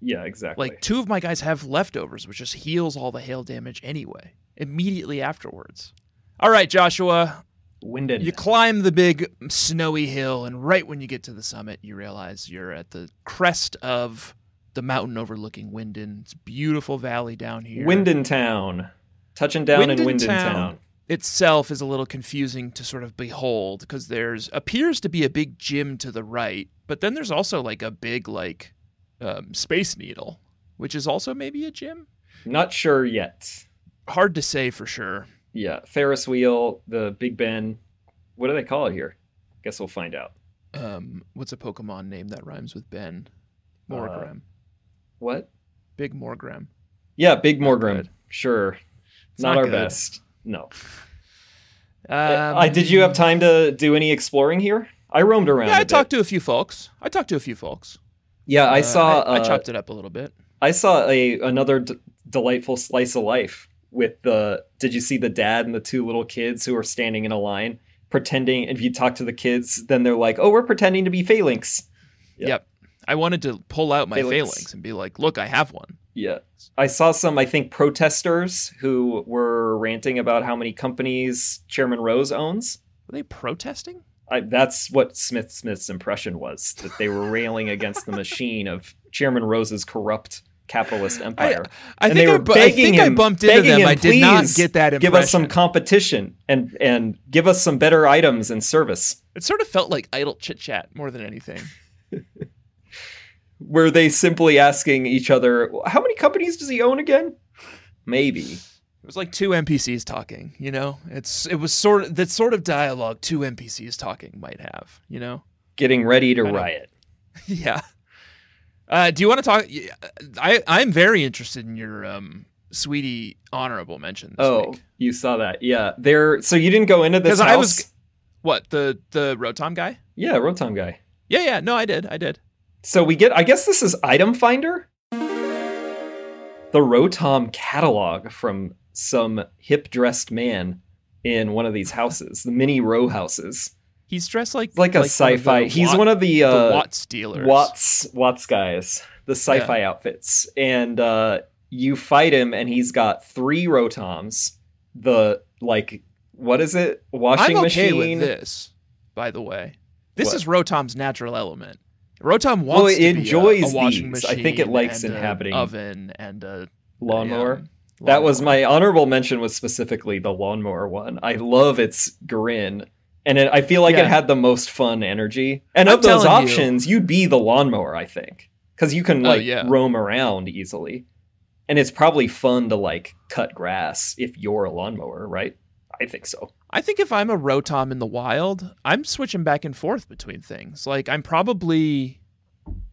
S2: Yeah, exactly.
S1: Like two of my guys have leftovers, which just heals all the hail damage anyway, immediately afterwards. All right, Joshua,
S2: winded.
S1: You climb the big snowy hill, and right when you get to the summit, you realize you're at the crest of the mountain overlooking Winden. It's a beautiful valley down here.
S2: Winden Town. Touching down in Winden Town.
S1: itself is a little confusing to sort of behold because there's appears to be a big gym to the right, but then there's also like a big like um, space needle, which is also maybe a gym.
S2: Not sure yet.
S1: Hard to say for sure.
S2: Yeah, Ferris wheel, the Big Ben. What do they call it here? Guess we'll find out.
S1: um, what's a Pokemon name that rhymes with Ben?
S2: Uh,
S1: Morgram.
S2: What?
S1: Big Morgram.
S2: Yeah, Big Morgrim. Sure.
S1: It's
S2: not,
S1: not
S2: our
S1: good.
S2: best. No.
S1: Um,
S2: I, did you have time to do any exploring here? I roamed around.
S1: Yeah,
S2: a
S1: I
S2: bit.
S1: talked to a few folks. I talked to a few folks.
S2: Yeah, I
S1: Uh,
S2: saw.
S1: I, I
S2: uh,
S1: chopped it up a little bit.
S2: I saw a another d- delightful slice of life with the. Did you see the dad and the two little kids who are standing in a line pretending? If you talk to the kids, then they're like, "Oh, we're pretending to be phalanx." yeah.
S1: Yep. I wanted to pull out my
S2: Phalanx.
S1: phalanx. and be like, "Look, I have one."
S2: Yeah, I saw some. I think protesters who were ranting about how many companies Chairman Rose owns.
S1: Were they protesting?
S2: I, that's what Smith Smith's impression was that they were railing against the machine of Chairman Rose's corrupt capitalist empire.
S1: I think
S2: and they
S1: I
S2: were
S1: bu- I
S2: begging
S1: think I
S2: him,
S1: bumped into
S2: begging
S1: them.
S2: him,
S1: I did not
S2: "Please
S1: get that
S2: Give us some
S1: impression."
S2: competition and and give us some better items and service.
S1: It sort of felt like idle chit chat more than anything.
S2: Were they simply asking each other, "How many companies does he own again?" Maybe.
S1: It was like two NPCs talking, you know? It's it was sort of that sort of dialogue two NPCs talking might have, you know?
S2: Getting ready to
S1: Kind of.
S2: riot.
S1: yeah. Uh, do you want to talk y- I I'm very interested in your um sweetie honorable mention this
S2: Oh,
S1: week.
S2: you saw that. Yeah. There so you didn't go into this
S1: 'Cause
S2: house?
S1: I was- What, the the Rotom guy?
S2: Yeah, Rotom guy.
S1: Yeah, yeah, no, I did. I did.
S2: So we get, I guess this is item finder. The Rotom catalog from some hip dressed man in one of these houses, the mini row houses.
S1: He's dressed like
S2: It's like a
S1: one of
S2: sci fi.
S1: the
S2: He's
S1: Watt-
S2: one of the,
S1: the
S2: uh,
S1: Watts dealers.
S2: Watts, Watts guys, the sci fi outfits. And uh, you fight him, and he's got three Rotoms. The, like, what is it? Washing
S1: I'm okay
S2: machine.
S1: with this, by the way. This
S2: What?
S1: is Rotom's natural element. Rotom wants
S2: Well, it
S1: to be a-
S2: enjoys
S1: a, washing
S2: these.
S1: machine.
S2: I think it likes
S1: and a
S2: inhabiting
S1: oven and a
S2: Lawnmower.
S1: um,
S2: That was
S1: lawnmower.
S2: my honorable mention was specifically the lawnmower one. I love its grin, and it, I feel like it
S1: Yeah.
S2: had the most fun energy. And
S1: I'm
S2: of those
S1: telling you.
S2: options, you. would be the lawnmower, I think, because you can
S1: Oh,
S2: like
S1: yeah.
S2: roam around easily, and it's probably fun to like cut grass if you're a lawnmower, right? I think so.
S1: I think if I'm a Rotom in the wild, I'm switching back and forth between things. Like I'm probably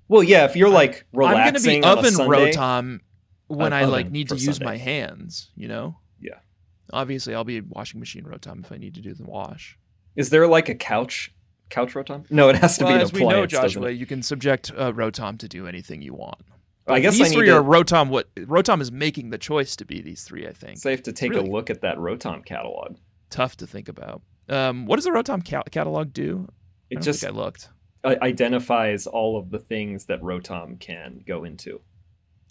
S2: Well, yeah, if you're like
S1: I'm gonna
S2: relaxing
S1: be
S2: on a
S1: oven
S2: Sunday-
S1: Rotom when
S2: Uh,
S1: I like
S2: oven
S1: need
S2: for
S1: to use
S2: Sunday.
S1: my hands, you know?
S2: Yeah.
S1: Obviously I'll be a washing machine Rotom if I need to do the wash.
S2: is there like a couch, couch rotom? No, it has to
S1: well,
S2: be an
S1: as we know,
S2: appliance. doesn't
S1: Joshua,
S2: it?
S1: you can subject uh, Rotom to do anything you want.
S2: I guess
S1: these
S2: I need
S1: three
S2: to-
S1: are Rotom. What Rotom is making the choice to be these three? I think
S2: So I have to take
S1: really-
S2: a look at that Rotom catalog.
S1: tough to think about. Um, what does the Rotom cal- catalog do? I
S2: It
S1: don't
S2: just
S1: think I looked.
S2: i- identifies all of the things that Rotom can go into.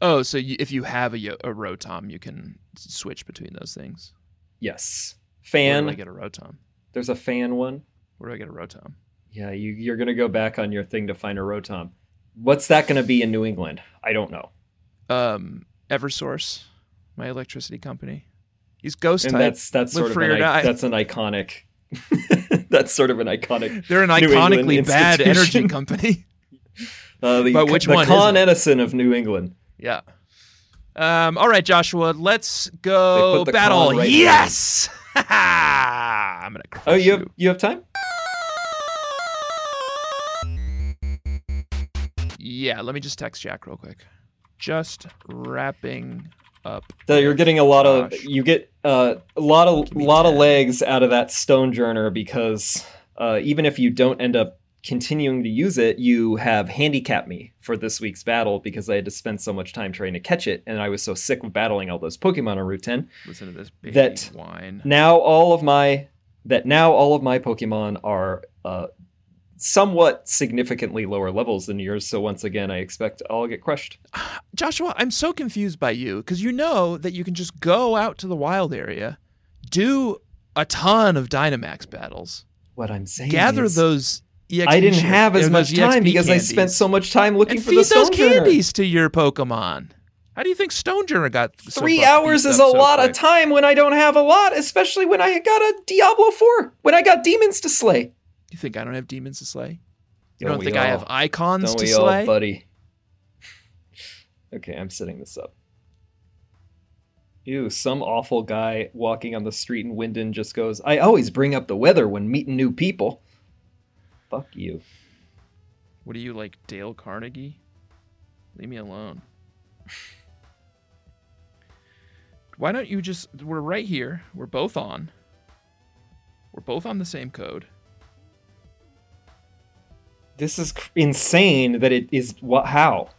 S1: Oh, so you, if you have a, Yo- a Rotom, you can s- switch between those things.
S2: Yes,
S1: Where
S2: fan.
S1: do I get a Rotom?
S2: There's a fan one.
S1: Where do I get a Rotom?
S2: Yeah, you, you're gonna go back on your thing to find a Rotom. What's that gonna be in New England? I don't know.
S1: Um, EverSource, my electricity company. He's ghost
S2: And
S1: type.
S2: that's that's
S1: Live
S2: sort of
S1: free
S2: an,
S1: or
S2: i-
S1: die.
S2: that's an iconic. that's sort of an iconic.
S1: They're an
S2: New England
S1: iconically bad energy
S2: institution.
S1: company.
S2: Uh, the
S1: But
S2: co-
S1: which
S2: the
S1: one isn't?
S2: Con Edison of New England.
S1: yeah. Um, all right, Joshua, let's go
S2: put the
S1: battle.
S2: con right there.
S1: yes. I'm gonna crush
S2: Oh, you have you have time?
S1: Yeah, let me just text Jack real quick. Just wrapping up.
S2: So you're getting a lot of
S1: Gosh.
S2: you get uh, a lot of
S1: me
S2: lot of
S1: 10.
S2: legs out of that stone journer because uh, even if you don't end up continuing to use it, you have handicapped me for this week's battle because I had to spend so much time trying to catch it, and I was so sick of battling all those Pokemon on Route Ten.
S1: Listen to this baby
S2: That-
S1: whine.
S2: Now all of my that now all of my Pokemon are uh, somewhat significantly lower levels than yours. So once again, I expect I'll get crushed.
S1: Joshua, I'm so confused by you because you know that you can just go out to the wild area, do a ton of Dynamax battles,
S2: What I'm saying
S1: gather
S2: is-
S1: those EXP.
S2: I didn't
S1: shit-
S2: have
S1: or
S2: as much
S1: those
S2: time
S1: EXP
S2: because
S1: candies,
S2: I spent so much time looking
S1: and
S2: for
S1: feed
S2: the
S1: those
S2: Stonejourner.
S1: candies to your Pokemon. How do you think Stonejourner got so
S2: Three
S1: bu-
S2: hours
S1: beefed
S2: is a
S1: up so
S2: lot of
S1: quick?
S2: time when I don't have a lot, especially when I got a Diablo Four, when I got demons to slay.
S1: You think I don't have demons to slay? You
S2: Don't
S1: don't
S2: we
S1: think I have
S2: all.
S1: icons
S2: Don't
S1: to
S2: we all,
S1: slay?
S2: buddy? Okay, I'm setting this up. Ew, some awful guy walking on the street in Wyndon just goes, I always bring up the weather when meeting new people. Fuck you.
S1: What are you like, Dale Carnegie? Leave me alone. Why don't you just? We're right here. We're both on. We're both on the same code.
S2: This is cr- insane that it is what how?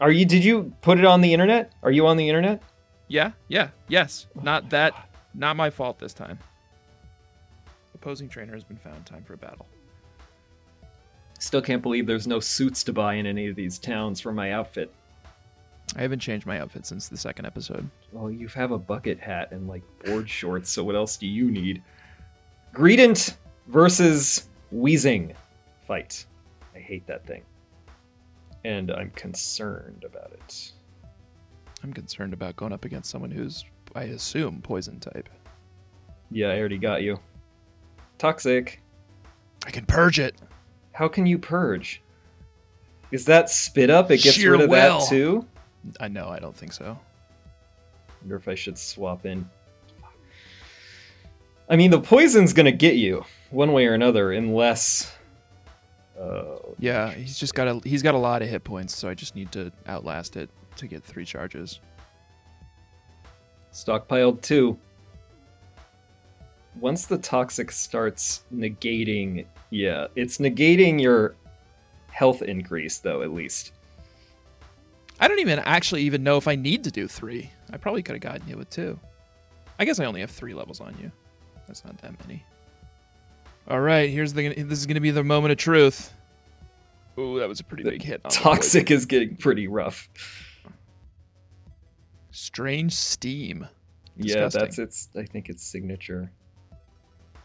S2: Are you did you put it on the internet? Are you on the internet?
S1: Yeah, yeah, yes. Not that. Not my fault this time. Opposing trainer has been found. Time for a battle.
S2: Still can't believe there's no suits to buy in any of these towns for my outfit.
S1: I haven't changed my outfit since the second episode.
S2: Well, you have a bucket hat and like board shorts, so what else do you need? Greedent versus Wheezing fight. I hate that thing. And I'm concerned about it.
S1: I'm concerned about going up against someone who's, I assume, poison type.
S2: Yeah, I already got you. Toxic.
S1: I can purge it.
S2: How can you purge? Is that spit up? It gets
S1: Sheer
S2: rid of
S1: will.
S2: that too?
S1: I know. I don't think so.
S2: wonder if I should swap in. I mean, the poison's gonna get you one way or another, unless. Oh,
S1: Yeah, he's just got a he's got a lot of hit points, so I just need to outlast it to get three charges.
S2: stockpiled two. Once the toxic starts negating, yeah, it's negating your health increase, though, at least.
S1: I don't even actually even know if I need to do three. I probably could have gotten you with two. I guess I only have three levels on you. That's not that many. All right, here's the this is gonna be the moment of truth. Ooh, that was a pretty big hit. on the board.
S2: Toxic is getting pretty rough.
S1: strange steam.
S2: Yeah, that's
S1: Disgusting.
S2: its. I think its signature.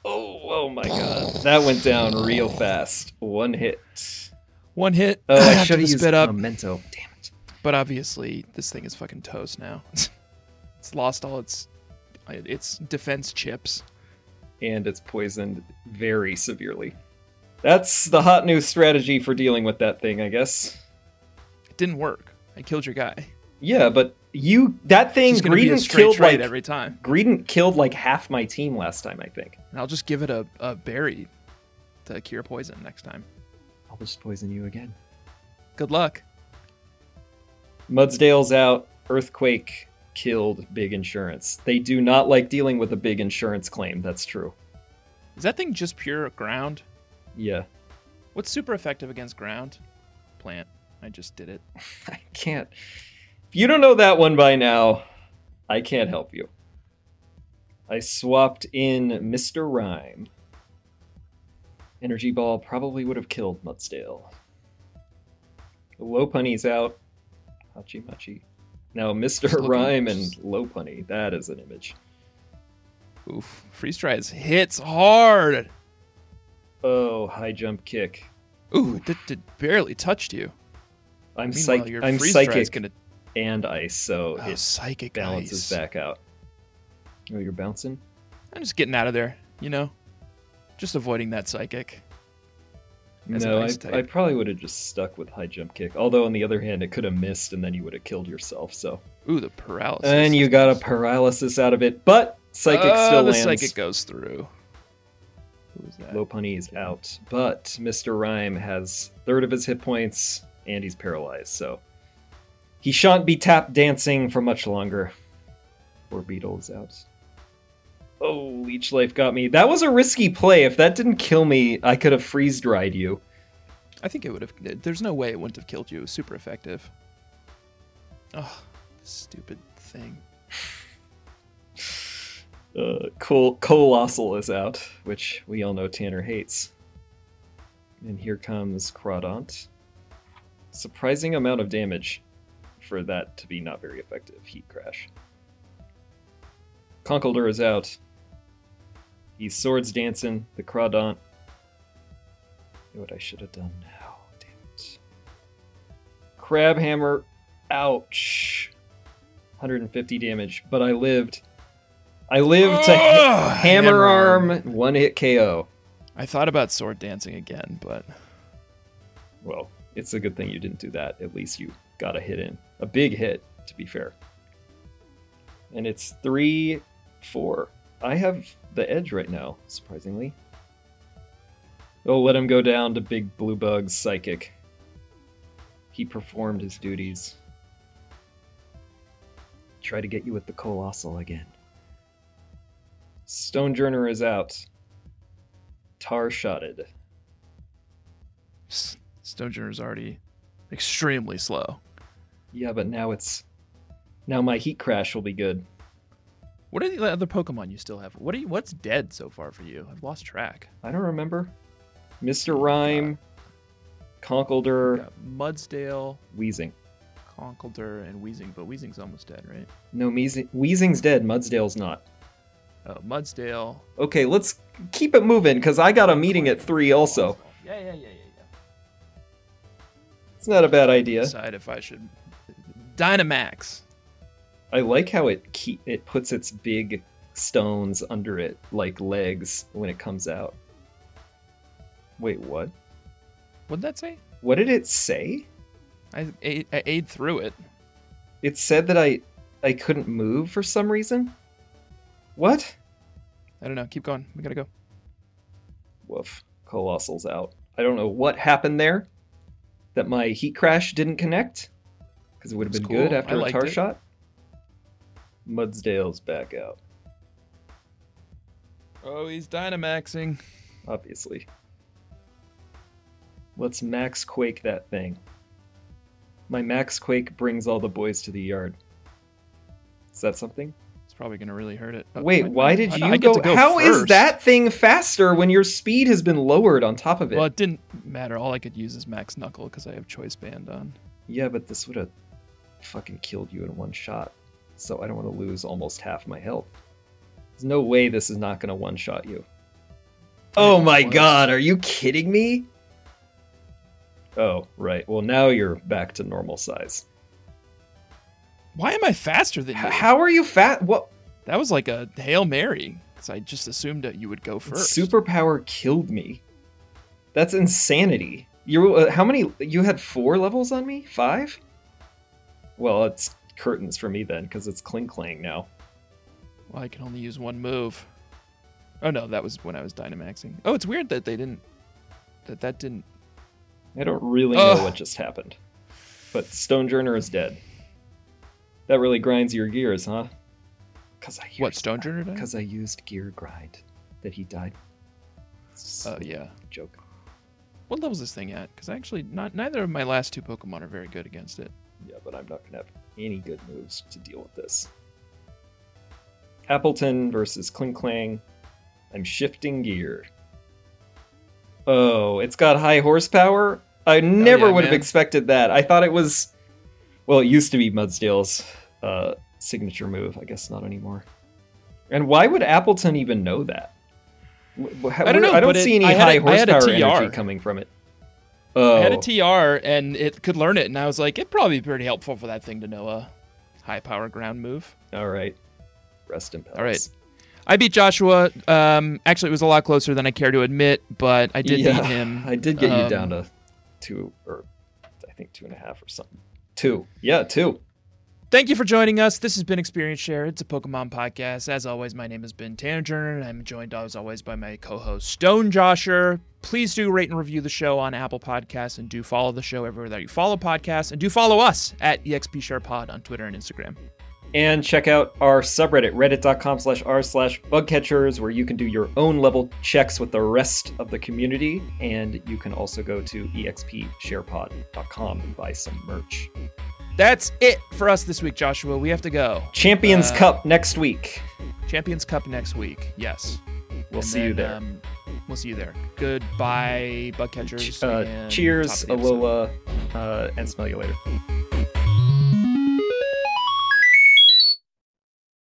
S2: Oh, oh my god, that went down real fast. One hit.
S1: One hit.
S2: Oh, I
S1: after
S2: should
S1: the
S2: have used
S1: spit up.
S2: memento. Damn it.
S1: But obviously, this thing is fucking toast now. it's lost all its its defense chips.
S2: And it's poisoned very severely. That's the hot new strategy for dealing with that thing, I guess.
S1: It didn't work. I killed your guy.
S2: Yeah, but you that thing
S1: It's gonna be a
S2: Greedent
S1: straight
S2: killed
S1: trade
S2: like
S1: every time.
S2: Greedent killed like half my team last time, I think.
S1: And I'll just give it a, a berry to cure poison next time.
S2: I'll just poison you again.
S1: Good luck.
S2: Mudsdale's out. Earthquake killed big insurance. They do not like dealing with a big insurance claim, that's true.
S1: Is that thing just pure ground?
S2: Yeah.
S1: What's super effective against ground? Plant. I just did it.
S2: I can't. If you don't know that one by now, I can't help you. I swapped in Mr. Rhyme. Energy Ball probably would have killed Mudsdale. Low Punny's out. Hachi Machi. Now,
S1: Just
S2: Mr.
S1: looking-
S2: Rhyme and
S1: just-
S2: Low Punny. That is an image.
S1: Oof. Freeze tries hits hard.
S2: Oh, high jump kick.
S1: Ooh, it, it barely touched you.
S2: I'm,
S1: Meanwhile,
S2: psych-
S1: your
S2: I'm
S1: freeze
S2: psychic
S1: dry's gonna
S2: and ice, so
S1: oh,
S2: it
S1: psychic
S2: balances
S1: ice.
S2: back out. Oh, you're bouncing?
S1: I'm just getting out of there, you know? Just avoiding that psychic. as a
S2: no,
S1: base type.
S2: I, I probably would have just stuck with high jump kick. Although on the other hand, it could have missed and then you would have killed yourself. So
S1: Ooh, the paralysis.
S2: and you got a paralysis out of it, but psychic
S1: oh,
S2: still
S1: the
S2: lands.
S1: psychic goes through. Who was that?
S2: Low punny is out, but Mr. Rhyme has third of his hit points and he's paralyzed. So he shan't be tap dancing for much longer. Or Beetle's out. Oh, leech life got me. That was a risky play. If that didn't kill me, I could have freeze dried you.
S1: I think it would have. There's no way it wouldn't have killed you. It was super effective. Oh, stupid thing.
S2: uh, Col- Colossal is out, which we all know Tanner hates. And here comes Crawdont. Surprising amount of damage for that to be not very effective. Heat Crash. Conkeldurr is out. He's swords dancing. The Crawdont. Knew what I should have done now. Damn it. Crabhammer. Ouch. 150 damage, but I lived. I lived to ha-
S1: Ugh,
S2: hammer arm, one hit KO.
S1: I thought about sword dancing again, but
S2: Well, it's a good thing you didn't do that. At least you got a hit in. A big hit, to be fair. And it's 3 4. I have the edge right now, surprisingly. They'll let him go down to Big Blue Bug's psychic. He performed his duties. Try to get you with the Colossal again. Stonejourner is out. Tar shotted.
S1: S- Stonejourner's already extremely slow.
S2: Yeah, but now it's. Now my heat crash will be good.
S1: What are the other Pokemon you still have? What are you, what's dead so far for you? I've lost track.
S2: I don't remember. Mr. Rhyme,
S1: Uh, We
S2: Conkeldurr,
S1: got Mudsdale,
S2: Wheezing.
S1: Conkeldurr, and Weezing, but Weezing's almost dead, right?
S2: No, Meezing- Wheezing's dead. Mudsdale's not.
S1: Oh, Mudsdale.
S2: Okay, let's keep it moving because I got a meeting at three. Also,
S1: Yeah, yeah, yeah, yeah, yeah.
S2: it's not a bad idea.
S1: Decide if I should. Dynamax.
S2: I like how it keep it puts its big stones under it like legs when it comes out. Wait, what?
S1: What'd that say?
S2: What did it say?
S1: I ate, I ate through it.
S2: It said that I I couldn't move for some reason. What?
S1: I don't know. Keep going. We gotta go.
S2: Woof. Colossal's out. I don't know what happened there. That my heat crash didn't connect. Because it would have
S1: It's
S2: been
S1: cool.
S2: good
S1: I
S2: after a
S1: liked
S2: tar
S1: it.
S2: shot. Mudsdale's back out,
S1: Oh, he's Dynamaxing.
S2: obviously. Let's max quake that thing. My max quake brings all the boys to the yard. Is that something?
S1: It's probably gonna really hurt it. Oh,
S2: Wait,
S1: I-
S2: why did
S1: I-
S2: you
S1: I get
S2: go?
S1: to go
S2: How is
S1: first.
S2: that thing faster when your speed has been lowered on top of it?
S1: Well, it didn't matter. All I could use is Max Knuckle because I have Choice Band on.
S2: Yeah, but this would have fucking killed you in one shot. So I don't want to lose almost half my health. There's no way this is not going to one shot you. Oh my
S1: was.
S2: god, are you kidding me? Oh, right. Well, now you're back to normal size.
S1: Why am I faster than
S2: H-
S1: you?
S2: how are you fat? What
S1: That was like a hail mary because I just assumed that you would go first.
S2: superpower killed me? That's insanity. You uh, how many you had 4 levels on me? 5? Well, it's curtains for me then cuz it's cling clang now.
S1: Well, I can only use one move. Oh no, that was when I was Dynamaxing. Oh, it's weird that they didn't. That that didn't.
S2: I don't really know
S1: Ugh.
S2: what just happened. But Stonejourner is dead. That really grinds your gears, huh? Cause I
S1: What Stonejourner did?
S2: Because I used gear grind that he died. It's
S1: Oh
S2: a
S1: yeah.
S2: joke.
S1: What level's this thing at? Because actually, not neither of my last two Pokemon are very good against it.
S2: Yeah, but I'm not gonna have any good moves to deal with this. Appleton versus Kling Clang. I'm shifting gear. Oh, it's got high horsepower. I never
S1: Oh, yeah,
S2: would have
S1: man.
S2: expected that. I thought it was, well, it used to be Mudsdale's uh, signature move. I guess not anymore. And why would Appleton even know that? Wh- wh-
S1: I don't know,
S2: I don't
S1: but it-
S2: see any
S1: I had
S2: high
S1: a- I had a
S2: horsepower energy
S1: TR.
S2: coming from it. Oh,
S1: I had a TR and it could learn it, and I was like, it'd probably be pretty helpful for that thing to know a high power ground move.
S2: all right. Rest in peace.
S1: All right. I beat Joshua. Um, actually, it was a lot closer than I care to admit, but I did
S2: Yeah,
S1: beat him.
S2: I did get you down
S1: Um,
S2: to two or I think two and a half or something. Two. Yeah, two.
S1: Thank you for joining us. This has been Experience Share. It's a Pokemon podcast. As always, my name has been Tanner Turner, and I'm joined as always by my co-host Stone Josher. Please do rate and review the show on Apple Podcasts, and do follow the show everywhere that you follow podcasts, and do follow us at EXP Share Pod on Twitter and Instagram.
S2: And check out our subreddit, reddit.com slash r slash bugcatchers, where you can do your own level checks with the rest of the community. And you can also go to expsharepod.com and buy some merch.
S1: That's it for us this week, Joshua. We have to go.
S2: Champions
S1: Uh,
S2: Cup next week.
S1: Champions Cup next week. Yes.
S2: We'll
S1: And
S2: see you
S1: then,
S2: there.
S1: um, we'll see you there. Goodbye, bug catchers.
S2: uh,
S1: and
S2: cheers,
S1: top of the episode.
S2: Alola, uh, and smell you later.